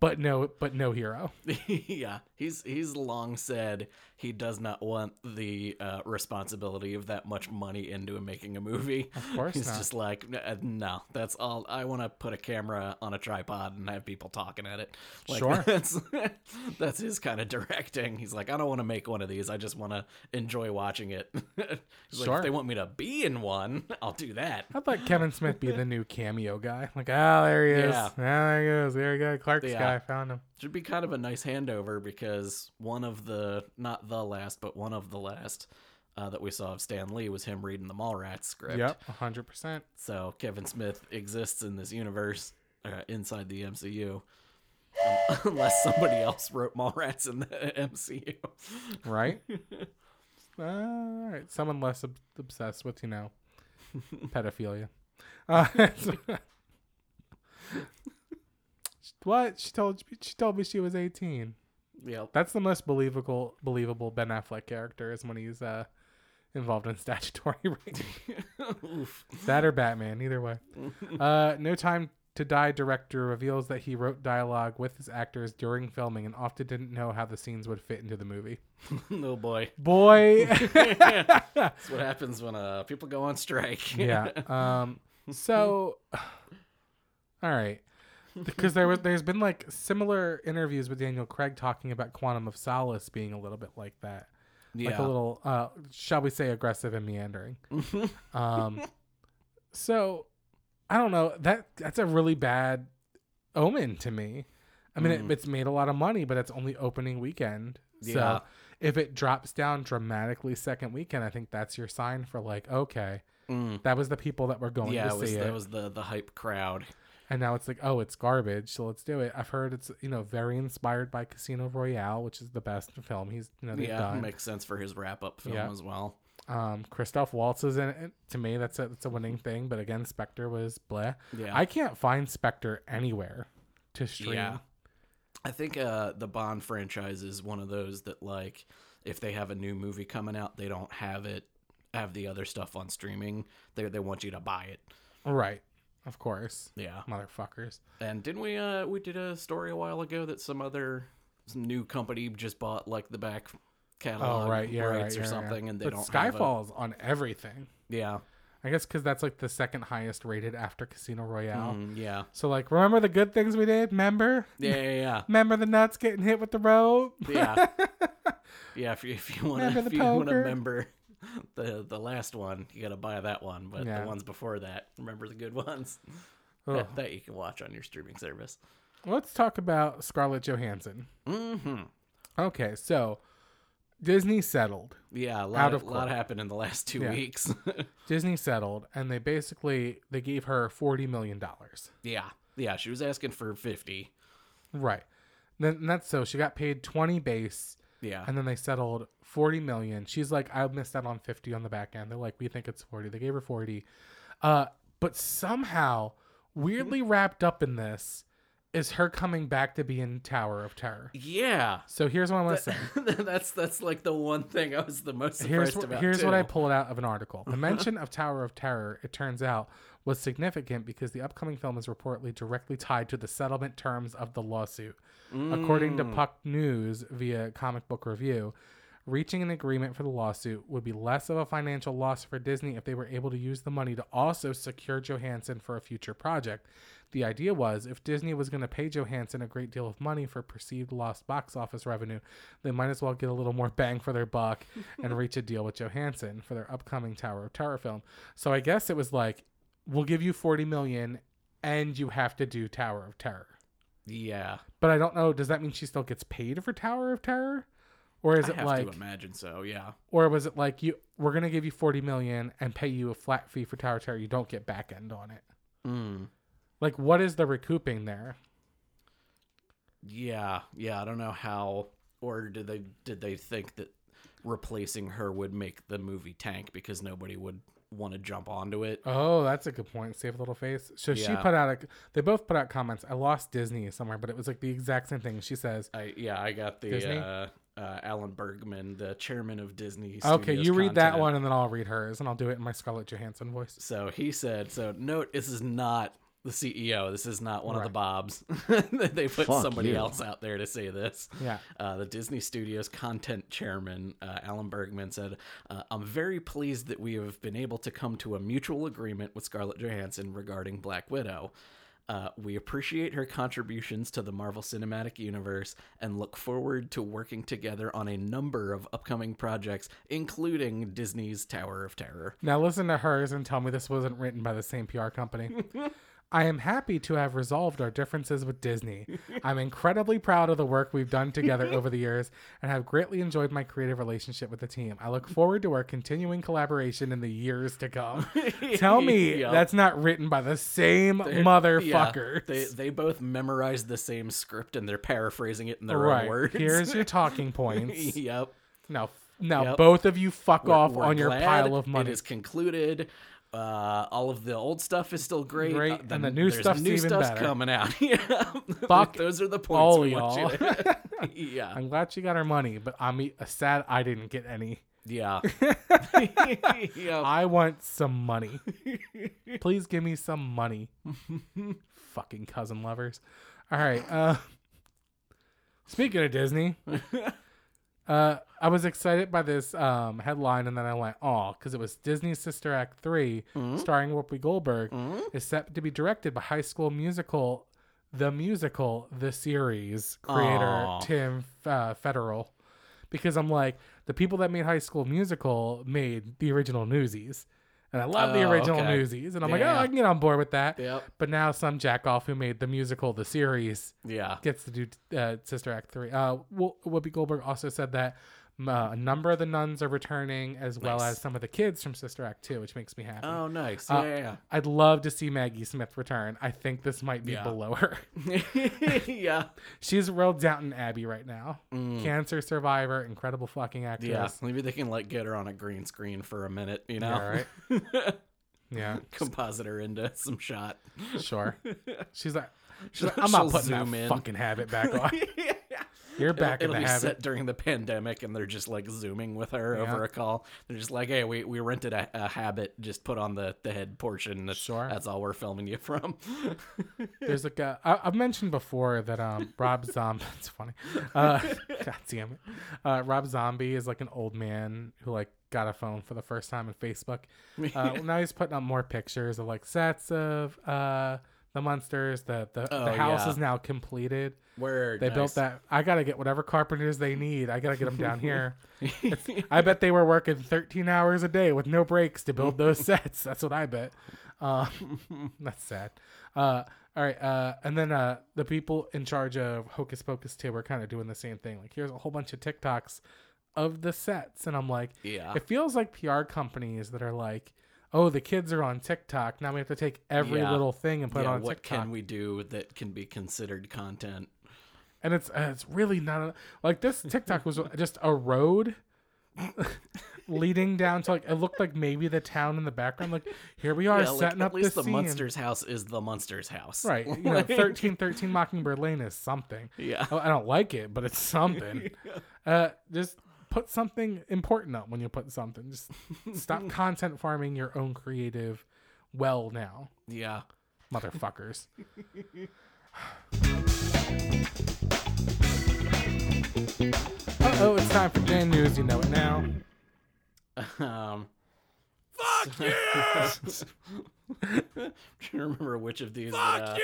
Speaker 2: but no, but no hero.
Speaker 3: yeah, he's he's long said he does not want the uh, responsibility of that much money into making a movie. Of
Speaker 2: course
Speaker 3: he's
Speaker 2: not.
Speaker 3: just like, "N- uh, no, that's all. I want to put a camera on a tripod and have people talking at it. Like,
Speaker 2: Sure.
Speaker 3: that's that's his kind of directing. He's like, I don't want to make one of these. I just want to enjoy watching it. he's like,
Speaker 2: Sure.
Speaker 3: if they want me to be in one, I'll do that.
Speaker 2: I'd let Kevin Smith be the new cameo guy. Like, ah, there he is.
Speaker 3: Yeah.
Speaker 2: Ah, there he goes. There he goes. Clark's
Speaker 3: Yeah.
Speaker 2: guy. Found him.
Speaker 3: Should be kind of a nice handover because one of the not the last, but one of the last uh, that we saw of Stan Lee was him reading the Mallrats script.
Speaker 2: Yep, hundred percent.
Speaker 3: So Kevin Smith exists in this universe uh, inside the MCU, unless somebody else wrote Mallrats in the MCU.
Speaker 2: Right. Uh, All right. Someone less ob- obsessed with you know pedophilia. Uh, what she told she told me she was eighteen.
Speaker 3: yep.
Speaker 2: That's the most believable believable Ben Affleck character is when he's uh, involved in statutory rape.
Speaker 3: Oof.
Speaker 2: That or Batman, either way. Uh, no Time to Die director reveals that he wrote dialogue with his actors during filming and often didn't know how the scenes would fit into the movie.
Speaker 3: oh boy.
Speaker 2: Boy.
Speaker 3: That's what happens when uh, people go on strike.
Speaker 2: yeah. Um, so, all right. Because there was, there's been like similar interviews with Daniel Craig talking about Quantum of Solace being a little bit like that,
Speaker 3: yeah.
Speaker 2: like a little, uh, shall we say, aggressive and meandering. Um, so I don't know that that's a really bad omen to me. I mean,
Speaker 3: Mm.
Speaker 2: it, it's made a lot of money, but it's only opening weekend.
Speaker 3: Yeah.
Speaker 2: So if it drops down dramatically second weekend, I think that's your sign for like, okay,
Speaker 3: Mm.
Speaker 2: that was the people that were going
Speaker 3: Yeah,
Speaker 2: to
Speaker 3: it was,
Speaker 2: see it,
Speaker 3: that was the, the hype crowd.
Speaker 2: and now it's like, oh, it's garbage, so let's do it. I've heard it's you know very inspired by Casino Royale, which is the best film he's you know they've
Speaker 3: yeah,
Speaker 2: done.
Speaker 3: makes sense for his wrap up film
Speaker 2: Yeah.
Speaker 3: as well.
Speaker 2: um, Christoph Waltz is in it. To me, that's a that's a winning thing. But again, Spectre was bleh.
Speaker 3: Yeah,
Speaker 2: I can't find Spectre anywhere to stream.
Speaker 3: Yeah. I think uh, the Bond franchise is one of those that like if they have a new movie coming out, they don't have it have the other stuff on streaming. They they want you to buy it.
Speaker 2: Right. Of course.
Speaker 3: Yeah,
Speaker 2: Motherfuckers.
Speaker 3: and didn't we uh we did a story a while ago that some other some new company just bought like the back catalog
Speaker 2: Oh, right. Yeah.
Speaker 3: rights
Speaker 2: right,
Speaker 3: or
Speaker 2: yeah, yeah.
Speaker 3: something, and they
Speaker 2: but
Speaker 3: don't have a-
Speaker 2: Skyfall's on everything.
Speaker 3: yeah,
Speaker 2: I guess because that's like the second highest rated after Casino Royale.
Speaker 3: Mm, yeah,
Speaker 2: So, like, remember the good things we did? Remember?
Speaker 3: yeah, yeah, yeah.
Speaker 2: Remember the nuts getting hit with the rope?
Speaker 3: yeah yeah if you, if you want
Speaker 2: Remember
Speaker 3: to
Speaker 2: the
Speaker 3: if you want to
Speaker 2: poker?
Speaker 3: remember the the last one you gotta buy that one but
Speaker 2: Yeah.
Speaker 3: the ones before that remember the good ones
Speaker 2: Ugh.
Speaker 3: that, that you can watch on your streaming service
Speaker 2: Let's talk about Scarlett Johansson.
Speaker 3: mm-hmm.
Speaker 2: Okay. So, Disney settled.
Speaker 3: yeah a
Speaker 2: Out
Speaker 3: lot,
Speaker 2: of
Speaker 3: a lot
Speaker 2: court.
Speaker 3: happened in the last two
Speaker 2: Yeah.
Speaker 3: weeks
Speaker 2: Disney settled, and they basically they gave her forty million dollars.
Speaker 3: yeah yeah she was asking for 50
Speaker 2: Right. Then and that's so she got paid twenty base,
Speaker 3: yeah
Speaker 2: and then they settled forty million. She's like, I missed out on fifty on the back end. They're like, we think it's forty. They gave her forty, uh, but somehow weirdly wrapped up in this is her coming back to be in Tower of Terror.
Speaker 3: Yeah.
Speaker 2: So here's what I'm gonna say.
Speaker 3: that's that's like the one thing I was the most surprised
Speaker 2: Here's, wh-
Speaker 3: about.
Speaker 2: here's
Speaker 3: too.
Speaker 2: what I pulled out of an article. The mention of Tower of Terror, it turns out, was significant because the upcoming film is reportedly directly tied to the settlement terms of the lawsuit. According
Speaker 3: Mm.
Speaker 2: to Puck News via Comic Book Review, reaching an agreement for the lawsuit would be less of a financial loss for Disney if they were able to use the money to also secure Johansson for a future project. The idea was if Disney was going to pay Johansson a great deal of money for perceived lost box office revenue, they might as well get a little more bang for their buck and reach a deal with Johansson for their upcoming Tower of Terror film. So I guess it was like, we'll give you 40 million and you have to do Tower of Terror.
Speaker 3: Yeah.
Speaker 2: But I don't know, does that mean she still gets paid for Tower of Terror? Or is
Speaker 3: I
Speaker 2: it
Speaker 3: have
Speaker 2: like
Speaker 3: to imagine so. Yeah.
Speaker 2: or was it like you we're gonna give you 40 million and pay you a flat fee for tower terror you don't get back end on it
Speaker 3: Mm.
Speaker 2: like what is the recouping there
Speaker 3: Yeah. Yeah. I don't know how, or did they did they think that replacing her would make the movie tank because nobody would want to jump onto it?
Speaker 2: oh that's a good point save little face so she
Speaker 3: Yeah.
Speaker 2: put out a they both put out comments i lost disney somewhere but it was like the exact same thing she says
Speaker 3: I yeah. I got
Speaker 2: Disney?
Speaker 3: the uh, uh, Alan Bergman, the chairman of Disney.
Speaker 2: okay
Speaker 3: Studios
Speaker 2: you read that
Speaker 3: content.
Speaker 2: one and then i'll read hers and i'll do it in my scarlett johansson voice
Speaker 3: So he said, so note this is not the CEO. This is not one of the
Speaker 2: Right.
Speaker 3: Bobs. they put
Speaker 4: Fuck
Speaker 3: somebody
Speaker 4: you.
Speaker 3: else out there to say this.
Speaker 2: Yeah.
Speaker 3: Uh, the Disney Studios content chairman, uh, Alan Bergman, said, uh, I'm very pleased that we have been able to come to a mutual agreement with Scarlett Johansson regarding Black Widow. Uh, we appreciate her contributions to the Marvel Cinematic Universe and look forward to working together on a number of upcoming projects, including Disney's Tower of Terror.
Speaker 2: Now listen to hers and tell me this wasn't written by the same PR company. I am happy to have resolved our differences with Disney. I'm incredibly proud of the work we've done together over the years and have greatly enjoyed my creative relationship with the team. I look forward to our continuing collaboration in the years to come. Tell me
Speaker 3: Yeah.
Speaker 2: that's not written by the same
Speaker 3: Yeah,
Speaker 2: motherfucker.
Speaker 3: they they both memorized the same script and they're paraphrasing it in their own
Speaker 2: right.
Speaker 3: words.
Speaker 2: Here's your talking points.
Speaker 3: yep.
Speaker 2: No, f- no,
Speaker 3: Yep.
Speaker 2: both of you fuck
Speaker 3: We're-
Speaker 2: off
Speaker 3: we're
Speaker 2: on your
Speaker 3: glad
Speaker 2: pile of money.
Speaker 3: It is concluded. Uh, all of the old stuff is still great.
Speaker 2: Great,
Speaker 3: Uh,
Speaker 2: and the new
Speaker 3: there's
Speaker 2: stuff's
Speaker 3: new
Speaker 2: even
Speaker 3: stuff's
Speaker 2: better.
Speaker 3: coming out. yeah.
Speaker 2: Fuck
Speaker 3: Those are the points
Speaker 2: all
Speaker 3: we want
Speaker 2: y'all.
Speaker 3: you to. yeah.
Speaker 2: I'm glad she got her money, but I'm e- sad I didn't get any.
Speaker 3: Yeah.
Speaker 2: Uh,
Speaker 3: Yep.
Speaker 2: I want some money. Please give me some money. Fucking cousin lovers. All right. Uh, speaking of Disney, uh, I was excited by this um, headline, and then I went, "Oh," because it was Disney's Sister Act 3 starring Whoopi Goldberg, is set to be directed by High School Musical, the musical, the series creator
Speaker 3: Aw.
Speaker 2: Tim uh, Federal. Because I'm like, the people that made High School Musical made the original Newsies. And I love the
Speaker 3: Oh,
Speaker 2: original
Speaker 3: okay.
Speaker 2: Newsies. And I'm like,
Speaker 3: Yeah.
Speaker 2: oh, I can get on board with that.
Speaker 3: Yep.
Speaker 2: But now some jackoff who made the musical, the series,
Speaker 3: Yeah.
Speaker 2: gets to do uh, Sister Act 3. Uh, Wh- Whoopi Goldberg also said that m- uh, a number of the nuns are returning, as well
Speaker 3: Nice.
Speaker 2: as some of the kids from Sister Act 2, which makes me happy.
Speaker 3: Oh, nice.
Speaker 2: Uh,
Speaker 3: yeah.
Speaker 2: I'd love to see Maggie Smith return. I think this might be
Speaker 3: Yeah.
Speaker 2: below her.
Speaker 3: Yeah. yeah.
Speaker 2: She's real Downton Abbey right now. Cancer survivor, incredible fucking actress.
Speaker 3: Mm. Yeah. Maybe they can like get her on a green screen for a minute, you know?
Speaker 2: Yeah, right? Yeah,
Speaker 3: Compositor into some shot.
Speaker 2: sure. She's like, she's like I'm not
Speaker 3: She'll
Speaker 2: putting that
Speaker 3: zoom in."
Speaker 2: fucking habit back on. You're back
Speaker 3: It'll
Speaker 2: in
Speaker 3: be
Speaker 2: the habit.
Speaker 3: set during the pandemic, and they're just like zooming with her over a call. They're just like, "Hey, we, we rented a, a habit. Just put on the, the head portion. That's,
Speaker 2: Sure.
Speaker 3: that's all we're filming you from."
Speaker 2: There's like a, I, I've mentioned before that um Rob Zombie. It's funny. Uh, God damn it. Uh, Rob Zombie is like an old man who like got a phone for the first time on Facebook. Uh, well, now he's putting up more pictures of like sets of uh the monsters. The the, the
Speaker 3: Oh,
Speaker 2: house
Speaker 3: yeah.
Speaker 2: is now completed.
Speaker 3: Where
Speaker 2: They built that. I gotta get whatever carpenters they need. I gotta get them down here. It's- I bet they were working 13 hours a day with no breaks to build those sets. That's what I bet. Um, that's sad. Uh, all right. Uh, and then uh, the people in charge of Hocus Pocus 2 were kind of doing the same thing. Like, here's a whole bunch of TikToks of the sets. And I'm like,
Speaker 3: Yeah.
Speaker 2: it feels like PR companies that are like, oh, the kids are on TikTok. Now we have to take every
Speaker 3: Yeah.
Speaker 2: little thing and put it
Speaker 3: yeah,
Speaker 2: on
Speaker 3: what
Speaker 2: TikTok.
Speaker 3: can we do that can be considered content?
Speaker 2: and it's uh, it's really not a, like this TikTok was just a road leading down to like it looked like maybe the town in the background. Like here we are
Speaker 3: Yeah, like,
Speaker 2: setting
Speaker 3: at
Speaker 2: up
Speaker 3: least
Speaker 2: this
Speaker 3: the
Speaker 2: scene.
Speaker 3: Munster's house is the Munster's house.
Speaker 2: Right, you know, thirteen thirteen Mockingbird Lane is something.
Speaker 3: Yeah.
Speaker 2: I I don't like it, but it's something. Uh, just put something important up when you put something. Just stop content farming your own creative well now,
Speaker 3: Yeah.
Speaker 2: motherfuckers. uh oh, it's time for Dan News. You know it now.
Speaker 3: Um,
Speaker 1: Fuck yeah!
Speaker 3: trying to remember which of these that,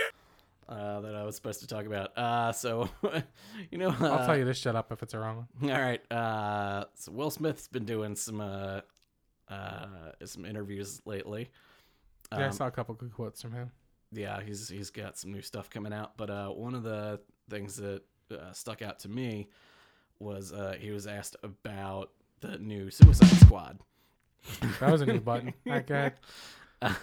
Speaker 3: uh, uh, that I was supposed to talk about. Uh, so, you know,
Speaker 2: I'll
Speaker 3: uh,
Speaker 2: tell you to shut up if it's a wrong one.
Speaker 3: All right. Uh, so Will Smith's been doing some uh, uh, some interviews lately.
Speaker 2: yeah, I
Speaker 3: Um,
Speaker 2: saw a couple good quotes from him.
Speaker 3: yeah, he's he's got some new stuff coming out. But uh, one of the things that uh, stuck out to me was uh, he was asked about the new Suicide Squad.
Speaker 2: That was a new button. That guy.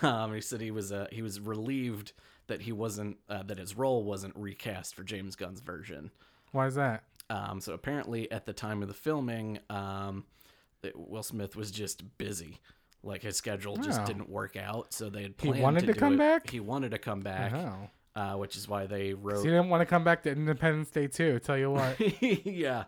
Speaker 3: Um, he said he was uh, he was relieved that he wasn't uh, that his role wasn't recast for James Gunn's version.
Speaker 2: Why is that?
Speaker 3: Um, so apparently, at the time of the filming, um, that Will Smith was just busy. Like his schedule just
Speaker 2: Oh.
Speaker 3: didn't work out, so they had planned
Speaker 2: wanted
Speaker 3: to,
Speaker 2: to
Speaker 3: do
Speaker 2: come
Speaker 3: it.
Speaker 2: back?
Speaker 3: He wanted to come back,
Speaker 2: Oh.
Speaker 3: uh, which is why they
Speaker 2: So
Speaker 3: wrote.
Speaker 2: you didn't want to come back to Independence Day too. Tell you what.
Speaker 3: yeah,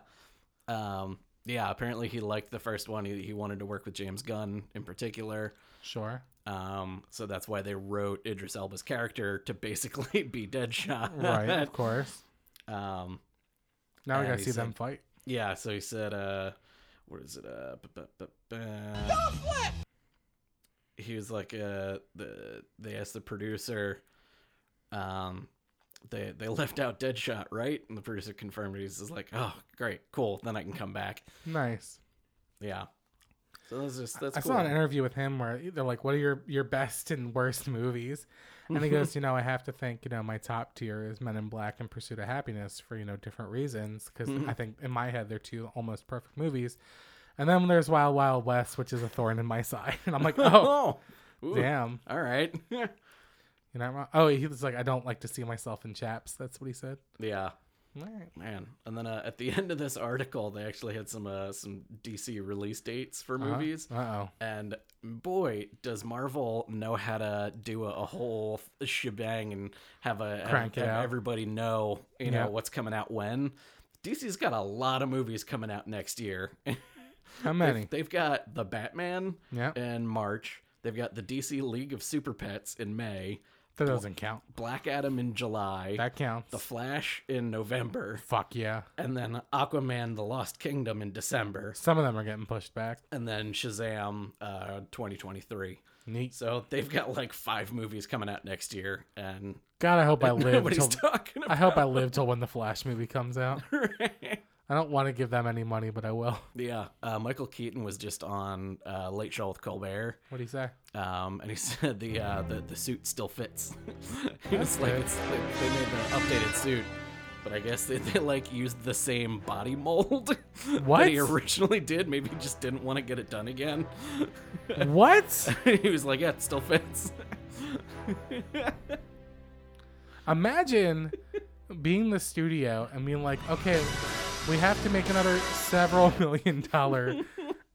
Speaker 3: um, yeah. Apparently, he liked the first one. He, he wanted to work with James Gunn in particular,
Speaker 2: Sure.
Speaker 3: um, so that's why they wrote Idris Elba's character to basically be Deadshot.
Speaker 2: Right, of course.
Speaker 3: um,
Speaker 2: Now we
Speaker 3: And
Speaker 2: gotta
Speaker 3: he
Speaker 2: see
Speaker 3: said-
Speaker 2: them fight.
Speaker 3: Yeah, so he said, uh, what is it? Uh, bu- bu- bu- bu- he was like, uh, the they asked the producer, um, they they left out Deadshot, right? And the producer confirmed. it. He's just like, oh, great, cool. Then I can come back.
Speaker 2: Nice.
Speaker 3: Yeah. So that's just that's
Speaker 2: I
Speaker 3: cool.
Speaker 2: saw an interview with him where e, they're like, "What are your your best and worst movies?" And he goes, "You know, I have to think. You know, my top tier is Men in Black and Pursuit of Happiness for you know different reasons because
Speaker 3: Mm-hmm.
Speaker 2: I think in my head they're two almost perfect movies." And then there's Wild Wild West, which is a thorn in my side, and I'm like, "Oh,
Speaker 3: oh, ooh,
Speaker 2: damn."
Speaker 3: All right.
Speaker 2: You know, I'm- oh, he was like, "I don't like to see myself in chaps." That's what he said.
Speaker 3: yeah.
Speaker 2: All right.
Speaker 3: Man, and then uh, at the end of this article, they actually had some uh, some DC release dates for movies.
Speaker 2: Uh oh.
Speaker 3: And boy, does Marvel know how to do a, a whole th- shebang and have a have-
Speaker 2: Crank it
Speaker 3: have
Speaker 2: out.
Speaker 3: everybody know you know
Speaker 2: Yeah.
Speaker 3: what's coming out when. DC's got a lot of movies coming out next year.
Speaker 2: How many?
Speaker 3: They've got the Batman
Speaker 2: Yeah.
Speaker 3: in March. They've got the DC League of Super Pets in May.
Speaker 2: That doesn't count.
Speaker 3: Black Adam in July.
Speaker 2: That counts.
Speaker 3: the Flash in November.
Speaker 2: Fuck yeah.
Speaker 3: And then Aquaman: The Lost Kingdom in December.
Speaker 2: Some of them are getting pushed back.
Speaker 3: And then Shazam, uh, 2023.
Speaker 2: Neat.
Speaker 3: So they've got like five movies coming out next year, and
Speaker 2: God, I hope I live.
Speaker 3: nobody's
Speaker 2: Till,
Speaker 3: talking
Speaker 2: I
Speaker 3: about
Speaker 2: hope I live till when the Flash movie comes out.
Speaker 3: it.
Speaker 2: I don't want to give them any money, but I will.
Speaker 3: yeah, uh, Michael Keaton was just on uh, Late Show with Colbert,
Speaker 2: What do you say?
Speaker 3: um, and he said the uh, the, the suit still fits. he was
Speaker 2: That's
Speaker 3: like,
Speaker 2: good.
Speaker 3: it's, they, they made the updated suit, but I guess they, they like used the same body mold
Speaker 2: What?
Speaker 3: that he originally did. Maybe he just didn't want to get it done again.
Speaker 2: What?
Speaker 3: he was like, yeah, it still fits.
Speaker 2: Imagine being the studio and being like, okay, we have to make another several million dollar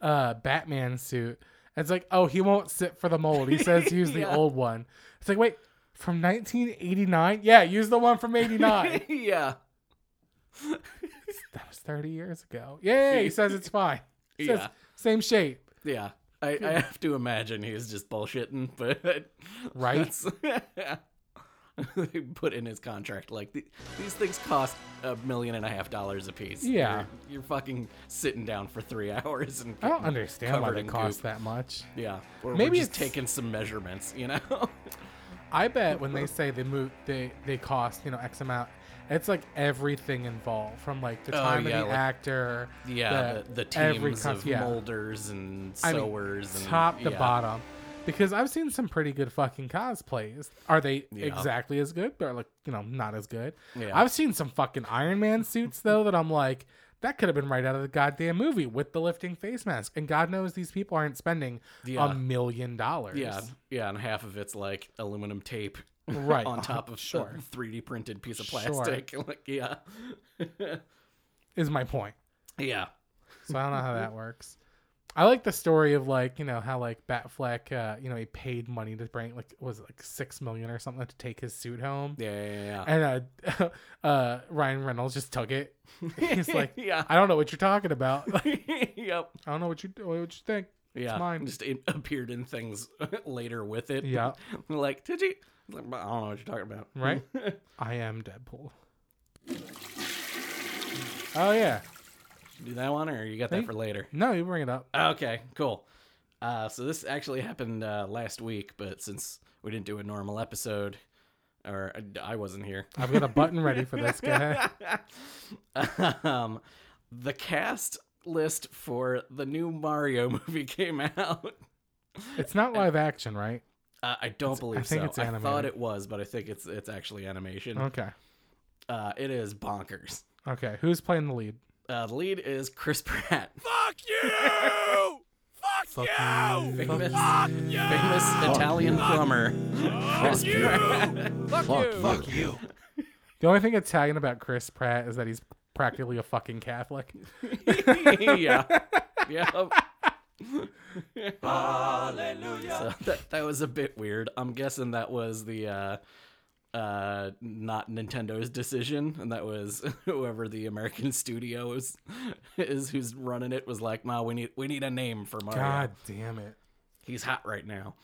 Speaker 2: uh, Batman suit. And it's like, oh, he won't sit for the mold. He says use the
Speaker 3: Yeah.
Speaker 2: old one. It's like, wait, from 1989? Yeah, use the one from 89.
Speaker 3: yeah.
Speaker 2: that was 30 years ago. Yay! He says it's fine. He says,
Speaker 3: Yeah.
Speaker 2: same shape.
Speaker 3: Yeah. I,
Speaker 2: Hmm.
Speaker 3: I have to imagine he's just bullshitting, but
Speaker 2: Right?
Speaker 3: that's- they put in his contract like "The- these things cost a million and a half dollars a piece.
Speaker 2: Yeah.
Speaker 3: you're, you're fucking sitting down for three hours and
Speaker 2: I don't
Speaker 3: getting
Speaker 2: understand why
Speaker 3: covered
Speaker 2: they
Speaker 3: in
Speaker 2: cost
Speaker 3: goop.
Speaker 2: that much.
Speaker 3: Yeah, or
Speaker 2: Maybe
Speaker 3: maybe just
Speaker 2: it's-
Speaker 3: taking some measurements, you know?
Speaker 2: I bet when they say they move, they they cost you know X amount. It's like everything involved, from like the
Speaker 3: Oh,
Speaker 2: time of
Speaker 3: yeah,
Speaker 2: the
Speaker 3: like-
Speaker 2: actor,
Speaker 3: yeah, the, the
Speaker 2: every
Speaker 3: teams
Speaker 2: cons-
Speaker 3: of
Speaker 2: yeah.
Speaker 3: molders and
Speaker 2: I mean,
Speaker 3: sewers, and,
Speaker 2: top to
Speaker 3: yeah.
Speaker 2: bottom. Because I've seen some pretty good fucking cosplays. Are they
Speaker 3: Yeah.
Speaker 2: exactly as good? They're like you know not as good.
Speaker 3: Yeah.
Speaker 2: I've seen some fucking Iron Man suits though that I'm like that could have been right out of the goddamn movie with the lifting face mask. And God knows these people aren't spending
Speaker 3: Yeah.
Speaker 2: a million dollars.
Speaker 3: Yeah, yeah, and half of it's like aluminum tape
Speaker 2: right Uh-huh.
Speaker 3: on top of
Speaker 2: sure
Speaker 3: a 3D printed piece of
Speaker 2: Sure.
Speaker 3: plastic. Like, yeah.
Speaker 2: is my point.
Speaker 3: Yeah.
Speaker 2: So I don't know how that works. I like the story of like you know how like Batfleck uh, you know he paid money to bring like was it, like six million or something to take his suit home.
Speaker 3: Yeah, yeah, yeah.
Speaker 2: And uh, uh, Ryan Reynolds just took it. He's like,
Speaker 3: Yeah.
Speaker 2: I don't know what you're talking about. I
Speaker 3: yep.
Speaker 2: don't know what you what you think.
Speaker 3: Yeah.
Speaker 2: mine.
Speaker 3: Just it appeared in things later with it.
Speaker 2: Yeah.
Speaker 3: like, did you? Like, I don't know what you're talking about.
Speaker 2: Right? I am Deadpool. Oh yeah.
Speaker 3: Do that one, or you got that
Speaker 2: Think-
Speaker 3: for later?
Speaker 2: No, you bring it up.
Speaker 3: Okay, cool. Uh, so this actually happened uh, last week, but since we didn't do a normal episode, or uh, I wasn't here,
Speaker 2: I've got a button ready for this. Go ahead.
Speaker 3: um, the cast list for the new Mario movie came out.
Speaker 2: It's not live action, right?
Speaker 3: Uh, I don't believe
Speaker 2: think
Speaker 3: so.
Speaker 2: it's
Speaker 3: I thought
Speaker 2: animated.
Speaker 3: it was, but I think it's it's actually animation.
Speaker 2: Okay.
Speaker 3: Uh, it is bonkers.
Speaker 2: Okay. Who's playing the lead?
Speaker 3: Uh, the lead is Chris Pratt,
Speaker 4: Fuck you! Fuck, you!
Speaker 3: famous,
Speaker 4: Fuck you!
Speaker 3: famous Italian plumber. Chris Pratt.
Speaker 4: Fuck, you!
Speaker 1: Fuck you.
Speaker 2: The only thing Italian about Chris Pratt is that he's practically a fucking Catholic.
Speaker 3: yeah. Yeah.
Speaker 1: Hallelujah.
Speaker 3: So that, that was a bit weird. I'm guessing that was the uh, uh, not Nintendo's decision, and that was whoever the American studio is, is who's running it was like, "Ma, we need we need a name for Mario.
Speaker 2: God damn it.
Speaker 3: He's hot right now."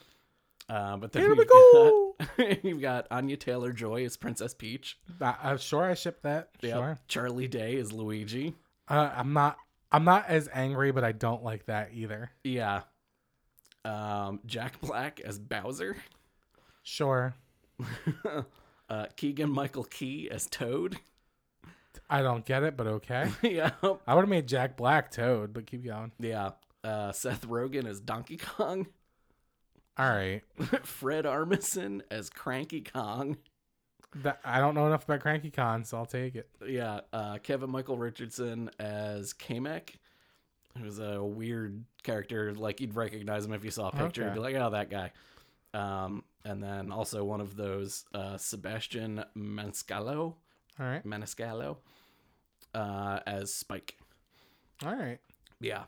Speaker 3: Uh, but then
Speaker 2: Here we
Speaker 3: we've
Speaker 2: go.
Speaker 3: got- you've got Anya Taylor Joy as Princess Peach.
Speaker 2: I, I'm Uh, sure I ship that.
Speaker 3: Yep.
Speaker 2: Sure.
Speaker 3: Charlie Day is Luigi.
Speaker 2: Uh, I'm not. I'm not as angry, but I don't like that either.
Speaker 3: Yeah. Um, Jack Black as Bowser.
Speaker 2: Sure.
Speaker 3: Uh, Keegan Michael Key as Toad.
Speaker 2: I don't get it, but okay.
Speaker 3: yeah.
Speaker 2: I would have made Jack Black Toad, but keep going.
Speaker 3: Yeah. Uh, Seth Rogen as Donkey Kong.
Speaker 2: All right.
Speaker 3: Fred Armisen as Cranky Kong.
Speaker 2: That, I don't know enough about Cranky Con, so I'll take it.
Speaker 3: Yeah. Uh, Kevin Michael Richardson as Kamek, who's a weird character. Like, you'd recognize him if you saw a picture. You'd be like, oh, that guy. Um, and then also one of those, uh, Sebastian Maniscalco,
Speaker 2: All right.
Speaker 3: Maniscalco uh, as Spike.
Speaker 2: All right.
Speaker 3: Yeah.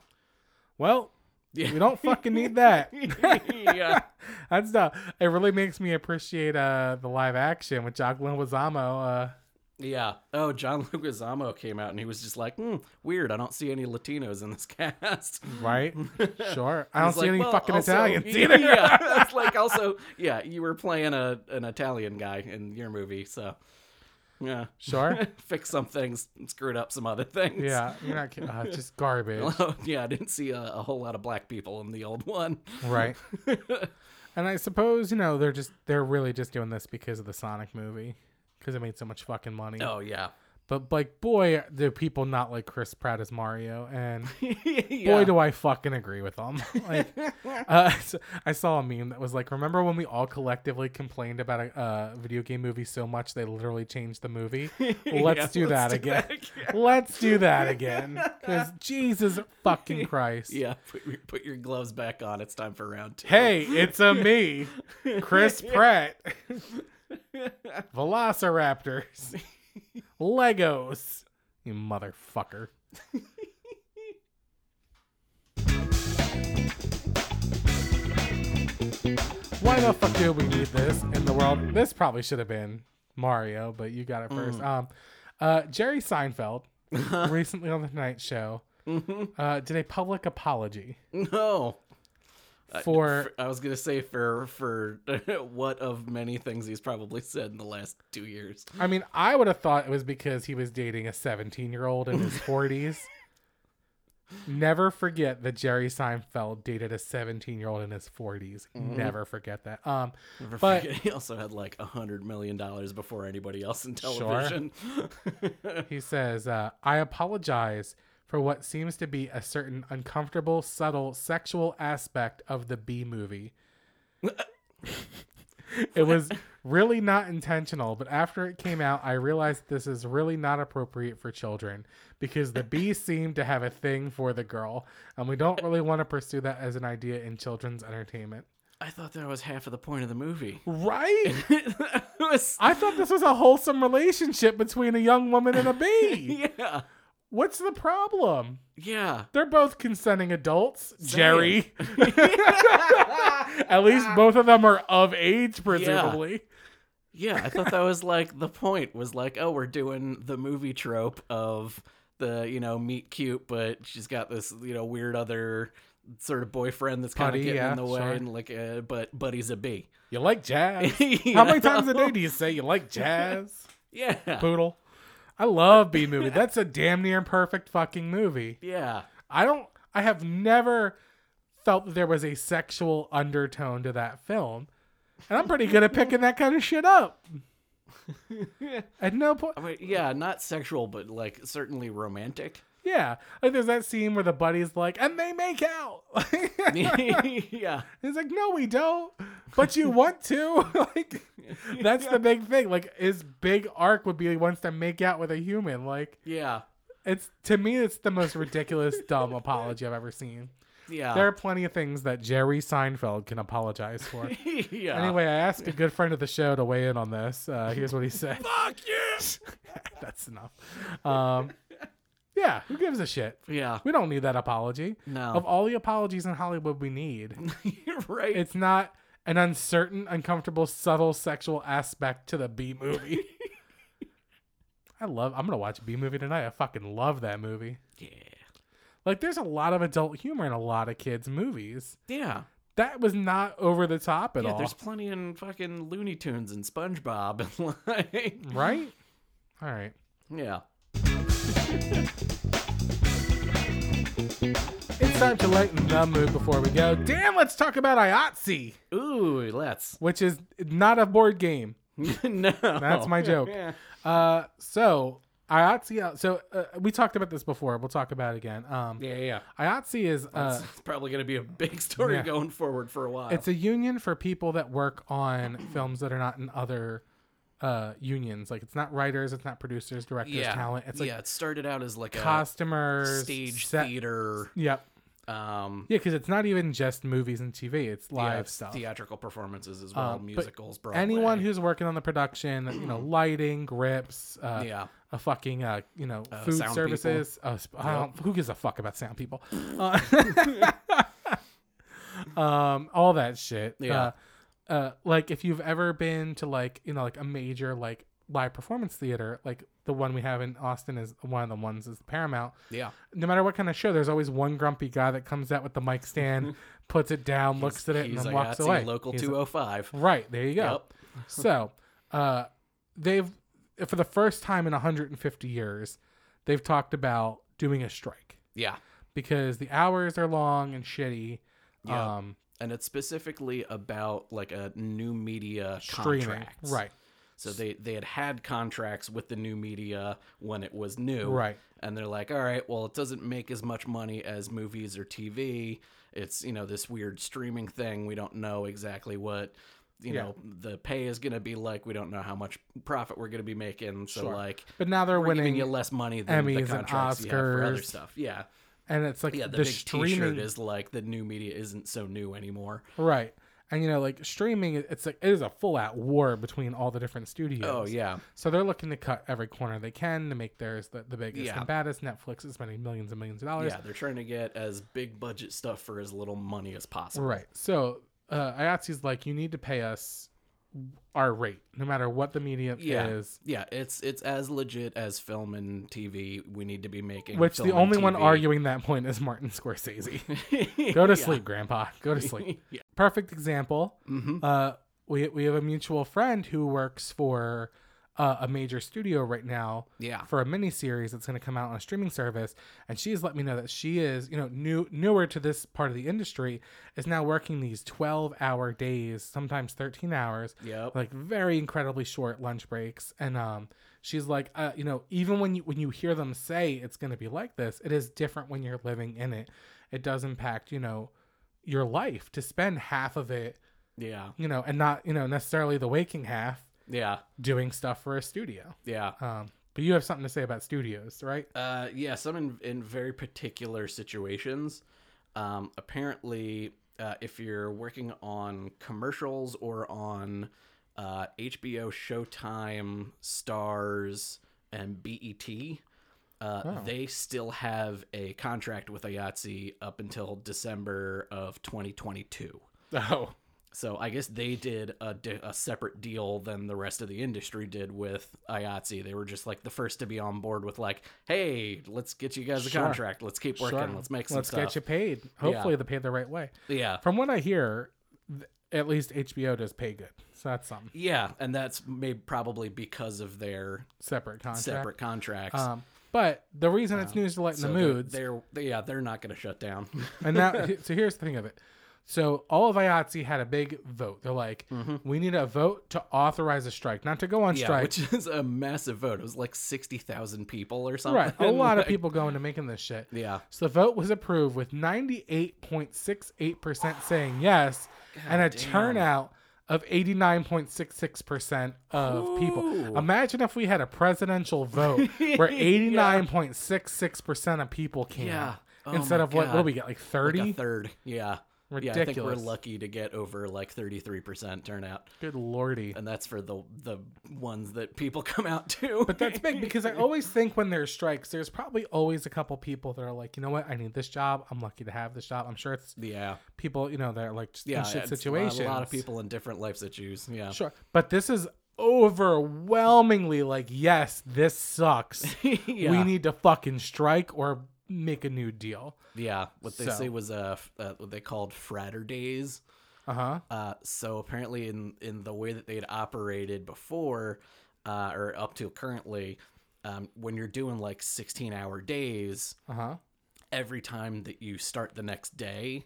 Speaker 2: Well,
Speaker 3: Yeah.
Speaker 2: we don't fucking need that.
Speaker 3: yeah.
Speaker 2: That's not. It really makes me appreciate uh the live action with Jacqueline Wazamo. Uh,
Speaker 3: Yeah. Oh, John Leguizamo came out and he was just like, hmm, weird. I don't see any Latinos in this cast.
Speaker 2: right? sure. I don't
Speaker 3: He's
Speaker 2: see
Speaker 3: like,
Speaker 2: any
Speaker 3: "Well,
Speaker 2: fucking
Speaker 3: also-
Speaker 2: Italians either.
Speaker 3: Yeah. It's like also, yeah, you were playing a an Italian guy in your movie, so yeah,
Speaker 2: Sure.
Speaker 3: fix some things, screwed up some other things.
Speaker 2: Yeah. You're not kidding. Uh, it's just garbage.
Speaker 3: yeah, I didn't see a, a whole lot of black people in the old one.
Speaker 2: right. And I suppose you know they're just they're really just doing this because of the Sonic movie because it made so much fucking money.
Speaker 3: oh yeah.
Speaker 2: But like, boy, do people not like Chris Pratt as Mario, and
Speaker 3: yeah.
Speaker 2: boy, do I fucking agree with them. Like, uh, so- I saw a meme that was like, "Remember when we all collectively complained about a uh, video game movie so much they literally changed the movie? Let's do that
Speaker 3: let's do
Speaker 2: again.
Speaker 3: that again.
Speaker 2: let's do that again. Because Jesus fucking Christ.
Speaker 3: yeah, put your, put your gloves back on. It's time for round two.
Speaker 2: Hey, it's a me, Chris Pratt. Velociraptors. Legos. You motherfucker. Why the fuck do we need this in the world? This probably should have been Mario, but you got it first. Um, uh, Jerry Seinfeld, recently on the Tonight Show, uh, did a public apology
Speaker 3: No.
Speaker 2: for
Speaker 3: Uh, I was gonna say for for what of many things he's probably said in the last two years.
Speaker 2: I mean, I would have thought it was because he was dating a 17 year old in his 40s. Never forget that Jerry Seinfeld dated a 17 year old in his 40s. Never forget that. Um, but
Speaker 3: he also had like a hundred million dollars before anybody else in television.
Speaker 2: he says, uh, I apologize for what seems to be a certain uncomfortable, subtle sexual aspect of the B movie. it was really not intentional, but after it came out, I realized this is really not appropriate for children because the B seemed to have a thing for the girl, and we don't really want to pursue that as an idea in children's entertainment.
Speaker 3: I thought that was half of the point of the movie.
Speaker 2: Right?
Speaker 3: That was-
Speaker 2: I thought this was a wholesome relationship between a young woman and a bee.
Speaker 3: yeah.
Speaker 2: What's the problem?
Speaker 3: Yeah.
Speaker 2: They're both consenting adults, Jerry. At least both of them are of age, presumably.
Speaker 3: Yeah, I thought that was like the point was like, oh, we're doing the movie trope of the, you know, meet cute, but she's got this, you know, weird other sort of boyfriend that's kind of
Speaker 2: Buddy,
Speaker 3: getting
Speaker 2: yeah,
Speaker 3: in the way
Speaker 2: sure.
Speaker 3: and like uh, but buddy's a bee.
Speaker 2: You like jazz?
Speaker 3: You
Speaker 2: How many times
Speaker 3: know?
Speaker 2: a day do you say you like jazz?
Speaker 3: Yeah.
Speaker 2: Poodle. I love B movie. That's a damn near perfect fucking movie.
Speaker 3: Yeah.
Speaker 2: I don't I have never felt that there was a sexual undertone to that film. And I'm pretty good at picking that kind of shit up. At no point
Speaker 3: I mean, yeah, not sexual, but like certainly romantic.
Speaker 2: Yeah. Like there's that scene where the buddy's like, and they make out.
Speaker 3: yeah.
Speaker 2: He's like, no, we don't. But you want to. like, that's the big thing. Like, his big arc would be he wants to make out with a human. Like,
Speaker 3: Yeah.
Speaker 2: it's to me, it's the most ridiculous, dumb apology I've ever seen.
Speaker 3: Yeah.
Speaker 2: There are plenty of things that Jerry Seinfeld can apologize for.
Speaker 3: yeah.
Speaker 2: Anyway, I asked a good friend of the show to weigh in on this. Uh, here's what he said.
Speaker 4: Fuck yes!
Speaker 2: That's enough. Um, yeah, who gives a shit?
Speaker 3: Yeah.
Speaker 2: We don't need that apology.
Speaker 3: No.
Speaker 2: Of all the apologies in Hollywood we need,
Speaker 3: You're right.
Speaker 2: it's not an uncertain, uncomfortable, subtle sexual aspect to the B movie. I love. I'm gonna watch B movie tonight. I fucking love that movie.
Speaker 3: yeah.
Speaker 2: Like, there's a lot of adult humor in a lot of kids' movies.
Speaker 3: Yeah.
Speaker 2: That was not over the top at
Speaker 3: Yeah,
Speaker 2: all,
Speaker 3: there's plenty in fucking Looney Tunes and SpongeBob and like
Speaker 2: right? All right.
Speaker 3: Yeah.
Speaker 2: It's time to lighten the mood before we go. Damn, let's talk about IOTC,
Speaker 3: Ooh, let's.
Speaker 2: which is not a board game.
Speaker 3: no.
Speaker 2: That's my joke.
Speaker 3: Yeah.
Speaker 2: Uh, so IOTC. So uh, we talked about this before. We'll talk about it again. Um,
Speaker 3: Yeah, yeah.
Speaker 2: IOTC is uh,
Speaker 3: it's probably going to be a big story
Speaker 2: yeah.
Speaker 3: going forward for a while.
Speaker 2: it's a union for people that work on films that are not in other uh, unions. Like it's not writers, it's not producers, directors,
Speaker 3: yeah.
Speaker 2: talent. It's like
Speaker 3: yeah, it started out as like a
Speaker 2: costumers,
Speaker 3: stage
Speaker 2: set-
Speaker 3: theater
Speaker 2: Yep.
Speaker 3: um
Speaker 2: Yeah, because it's not even just movies and TV. It's
Speaker 3: yeah,
Speaker 2: live
Speaker 3: it's
Speaker 2: stuff.
Speaker 3: theatrical performances as well,
Speaker 2: Um, but
Speaker 3: musicals, Broadway.
Speaker 2: Anyone who's working on the production, you know, lighting, grips, uh,
Speaker 3: Yeah.
Speaker 2: a fucking uh, you know food
Speaker 3: sound
Speaker 2: services. Uh, sp- I don't, who gives a fuck about sound people? Uh, um, all that shit.
Speaker 3: Yeah.
Speaker 2: Uh, uh, like if you've ever been to like you know like a major like live performance theater, like the one we have in Austin is one of the ones is Paramount.
Speaker 3: Yeah.
Speaker 2: No matter what kind of show, there's always one grumpy guy that comes out with the mic stand, puts it down, looks at it, and
Speaker 3: He's
Speaker 2: then
Speaker 3: like,
Speaker 2: walks
Speaker 3: "That's
Speaker 2: away.
Speaker 3: local
Speaker 2: He's a-
Speaker 3: 205.
Speaker 2: Right there you go
Speaker 3: Yep.
Speaker 2: so uh they've for the first time in 150 years they've talked about doing a strike
Speaker 3: Yeah.
Speaker 2: because the hours are long and shitty
Speaker 3: Yeah.
Speaker 2: um
Speaker 3: And it's specifically about like a new media
Speaker 2: streaming
Speaker 3: contract.
Speaker 2: right
Speaker 3: So they they had had contracts with the new media when it was new,
Speaker 2: Right.
Speaker 3: And they're like, all right, well, it doesn't make as much money as movies or TV. It's you know this weird streaming thing. We don't know exactly what you
Speaker 2: Yeah.
Speaker 3: know the pay is going to be like. We don't know how much profit we're going to be making. So like,
Speaker 2: but now they're
Speaker 3: we're giving
Speaker 2: winning
Speaker 3: you less money than
Speaker 2: Emmys
Speaker 3: the
Speaker 2: and
Speaker 3: contracts you have for other
Speaker 2: Oscars.
Speaker 3: stuff. Yeah,
Speaker 2: and it's like
Speaker 3: yeah. The,
Speaker 2: the,
Speaker 3: big
Speaker 2: streaming
Speaker 3: T-shirt is like the new media isn't so new anymore.
Speaker 2: right and you know like streaming it's like it is a full out war between all the different studios
Speaker 3: Oh yeah,
Speaker 2: so they're looking to cut every corner they can to make theirs the, the biggest
Speaker 3: Yeah.
Speaker 2: and baddest netflix is spending millions and millions of dollars
Speaker 3: yeah. They're trying to get as big budget stuff for as little money as possible.
Speaker 2: Right. So uh, IATSE's like, you need to pay us our rate, no matter what the medium
Speaker 3: yeah.
Speaker 2: is.
Speaker 3: Yeah, it's it's as legit as film and TV. We need to be making
Speaker 2: Which the
Speaker 3: film and
Speaker 2: only one
Speaker 3: TV.
Speaker 2: arguing that point is Martin Scorsese. Go to sleep, Grandpa. Go to sleep.
Speaker 3: Yeah.
Speaker 2: Perfect example.
Speaker 3: Mhm.
Speaker 2: Uh, we we have a mutual friend who works for uh, a major studio right now.
Speaker 3: Yeah.
Speaker 2: For a mini series that's going to come out on a streaming service, and she's let me know that she is you know new newer to this part of the industry is now working these twelve hour days, sometimes thirteen hours.
Speaker 3: Yep.
Speaker 2: like very incredibly short lunch breaks and um she's like uh, you know even when you when you hear them say it's going to be like this it is different when you're living in it it does impact you know your life to spend half of it
Speaker 3: Yeah.
Speaker 2: you know and not you know necessarily the waking half
Speaker 3: Yeah.
Speaker 2: doing stuff for a studio
Speaker 3: Yeah.
Speaker 2: um but you have something to say about studios right
Speaker 3: Uh, yeah, some in, in very particular situations. Um, apparently, uh, if you're working on commercials or on uh, HBO, Showtime, Stars, and BET, E Uh, They still have a contract with IATSE up until December of 2022.
Speaker 2: Oh,
Speaker 3: So I guess they did a, di- a separate deal than the rest of the industry did with IATSE. They were just like the first to be on board with like, hey, let's get you guys a
Speaker 2: Sure.
Speaker 3: contract. Let's keep working.
Speaker 2: sure.
Speaker 3: Let's make some
Speaker 2: Let's
Speaker 3: stuff.
Speaker 2: get you paid. Hopefully, they paid the right way.
Speaker 3: yeah.
Speaker 2: From what I hear, th- at least HBO does pay good, so that's something
Speaker 3: Yeah, and that's maybe probably because of their
Speaker 2: separate contract.
Speaker 3: separate contracts.
Speaker 2: Um, but the reason it's news to lighten
Speaker 3: So
Speaker 2: the
Speaker 3: they're-
Speaker 2: moods,
Speaker 3: They're, they yeah, they're not going to shut down.
Speaker 2: and that so here's the thing of it. So all of IATSE had a big vote. They're like, we need a vote to authorize a strike, not to go on
Speaker 3: Mm-hmm. yeah,
Speaker 2: strike.
Speaker 3: which is a massive vote. It was like sixty thousand people or something.
Speaker 2: right, a lot of
Speaker 3: Like,
Speaker 2: people go into making this shit.
Speaker 3: Yeah.
Speaker 2: So the vote was approved with 98.68% saying yes and a turnout of 89.66% of people. Imagine if we had a presidential vote where 89.66% of people came
Speaker 3: Yeah.
Speaker 2: out
Speaker 3: Oh
Speaker 2: instead
Speaker 3: my
Speaker 2: of what, what do
Speaker 3: God.
Speaker 2: we get, like
Speaker 3: like
Speaker 2: 30?
Speaker 3: a third. Yeah. Yeah, I think we're
Speaker 2: Ridiculous.
Speaker 3: lucky to get over like thirty three percent turnout,
Speaker 2: Good lordy.
Speaker 3: and that's for the the ones that people come out to.
Speaker 2: But that's big because I always think when there's strikes, there's probably always a couple people that are like, you know what, I need this job. I'm lucky to have this job. I'm sure it's
Speaker 3: yeah,
Speaker 2: people, you know, that are like just
Speaker 3: yeah,
Speaker 2: in shit
Speaker 3: it's uh, a lot-
Speaker 2: situations.
Speaker 3: A lot of people in different life situations. Yeah,
Speaker 2: Sure. But this is overwhelmingly like, yes, this sucks.
Speaker 3: yeah.
Speaker 2: We need to fucking strike or make a new deal.
Speaker 3: Yeah, what they
Speaker 2: So-
Speaker 3: say was uh, f- uh, what they called frater days.
Speaker 2: Uh huh.
Speaker 3: Uh, so apparently, in in the way that they had operated before, uh, or up to currently, um, when you're doing like 16 hour days,
Speaker 2: Uh huh.
Speaker 3: every time that you start the next day,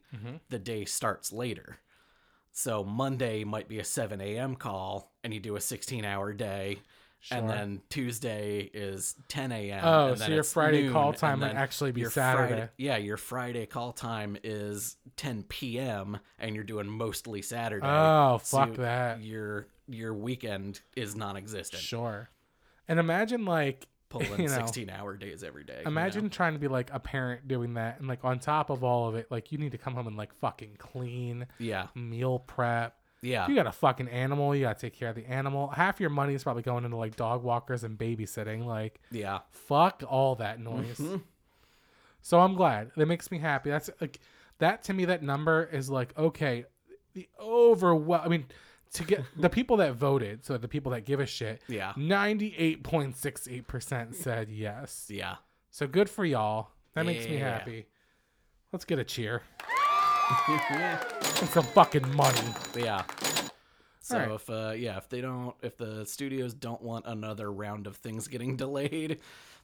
Speaker 3: the day starts later. So Monday might be a 7 a.m. call, and you do a 16 hour day. And
Speaker 2: Sure.
Speaker 3: then Tuesday is 10 a.m.
Speaker 2: Oh,
Speaker 3: and
Speaker 2: so
Speaker 3: then
Speaker 2: your
Speaker 3: it's
Speaker 2: Friday call
Speaker 3: noon,
Speaker 2: time
Speaker 3: and
Speaker 2: would
Speaker 3: then
Speaker 2: actually be
Speaker 3: your Friday-
Speaker 2: Saturday.
Speaker 3: yeah, your Friday call time is 10 p.m. and you're doing mostly Saturday.
Speaker 2: Oh,
Speaker 3: so
Speaker 2: fuck
Speaker 3: you-
Speaker 2: that.
Speaker 3: Your your weekend is non-existent.
Speaker 2: Sure. And imagine like,
Speaker 3: Pulling
Speaker 2: you know,
Speaker 3: 16 hour days every day. you know?
Speaker 2: imagine trying to be like a parent doing that. And like, on top of all of it, like, you need to come home and like fucking clean,
Speaker 3: Yeah.
Speaker 2: meal prep.
Speaker 3: Yeah.
Speaker 2: You got a fucking animal. You got to take care of the animal. Half your money is probably going into like dog walkers and babysitting. Like,
Speaker 3: Yeah.
Speaker 2: Fuck all that noise.
Speaker 3: Mm-hmm.
Speaker 2: So I'm glad. That makes me happy. That's like that to me. That number is like okay. The overwhelm. I mean, to get the people that voted, so the people that give a shit.
Speaker 3: Yeah.
Speaker 2: Ninety eight point six eight percent said yes.
Speaker 3: Yeah.
Speaker 2: So good for y'all. That makes me
Speaker 3: Yeah.
Speaker 2: happy. Let's get a cheer.
Speaker 3: yeah.
Speaker 2: It's some fucking money.
Speaker 3: Yeah. So
Speaker 2: Alright.
Speaker 3: if uh yeah, if they don't if the studios don't want another round of things getting delayed,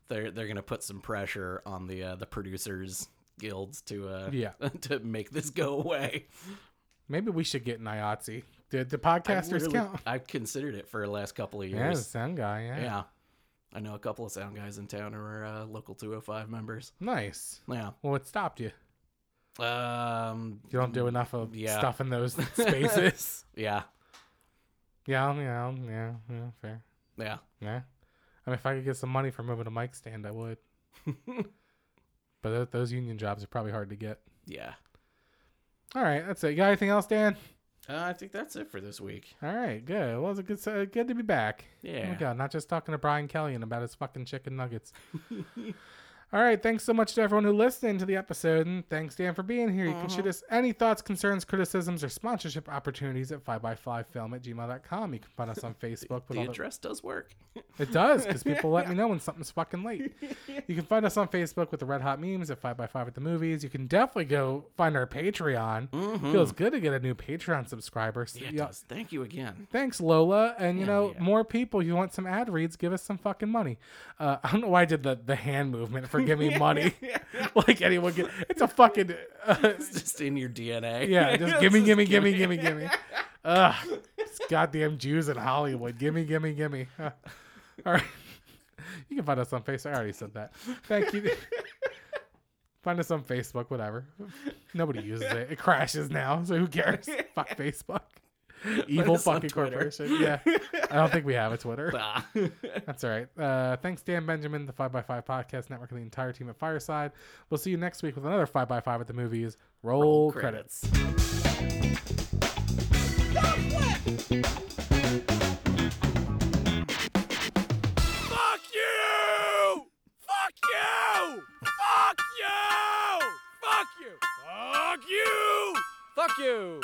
Speaker 3: they're they're gonna put some pressure on the uh, the producers guilds to uh
Speaker 2: Yeah.
Speaker 3: to make this go away.
Speaker 2: Maybe we should get an IOTC. Did the podcasters
Speaker 3: really-
Speaker 2: count?
Speaker 3: I've considered it for the last couple of
Speaker 2: Yeah, the
Speaker 3: years.
Speaker 2: sound guy. Yeah.
Speaker 3: Yeah. I know a couple of sound guys in town who are uh, local 205 members.
Speaker 2: Nice.
Speaker 3: Yeah.
Speaker 2: Well, it stopped you.
Speaker 3: Um
Speaker 2: You don't do enough of
Speaker 3: Yeah.
Speaker 2: stuff in those spaces.
Speaker 3: yeah.
Speaker 2: yeah, yeah, yeah, yeah, fair.
Speaker 3: Yeah.
Speaker 2: Yeah. I mean, if I could get some money for moving a mic stand, I would. but th- those union jobs are probably hard to get.
Speaker 3: Yeah.
Speaker 2: All right, that's it. You got anything else, Dan?
Speaker 3: Uh, I think that's it for this week.
Speaker 2: All right, good. Well, it's a good, se- good to be back. Oh
Speaker 3: Yeah.
Speaker 2: my god, not just talking to Brian Kelly and about his fucking chicken nuggets. All right, thanks so much to everyone who listened to the episode, and thanks Dan for being here. You can
Speaker 3: Mm-hmm.
Speaker 2: shoot us any thoughts, concerns, criticisms, or sponsorship opportunities at 5x5film at gmail.com. You can find us on Facebook. with
Speaker 3: The
Speaker 2: all the-
Speaker 3: address does work.
Speaker 2: it does, because people let me know when something's fucking late. You can find us on Facebook with the Red Hot Memes at 5x5 at the Movies. You can definitely go find our Patreon. Feels good to get a new Patreon subscriber. So
Speaker 3: Mm-hmm. Yeah, it
Speaker 2: y'all-
Speaker 3: does. Thank you again.
Speaker 2: Thanks, Lola. And you know,
Speaker 3: yeah.
Speaker 2: more people. You want some ad reads? Give us some fucking money. Uh, I don't know why I did the, the hand movement for give me money. like anyone get? It's a fucking uh,
Speaker 3: It's just in your DNA.
Speaker 2: yeah. Just gimme, gimme, gimme, gimme, gimme. Ugh, it's goddamn Jews in Hollywood. Gimme, gimme, gimme. Uh, all right. You can find us on Facebook. I already said that. Thank you. Find us on Facebook, whatever. Nobody uses it. It crashes now, so who cares? Fuck Facebook. Evil
Speaker 3: us on
Speaker 2: fucking
Speaker 3: Twitter.
Speaker 2: corporation. Yeah. I don't think we have a Twitter.
Speaker 3: Bah.
Speaker 2: That's all right. Uh, thanks, Dan Benjamin, the 5x5 Podcast Network, and the entire team at Fireside. We'll see you next week with another 5x5 at the movies. Roll, credits.
Speaker 3: Credits.
Speaker 4: Fuck you! Fuck you!
Speaker 1: Fuck you.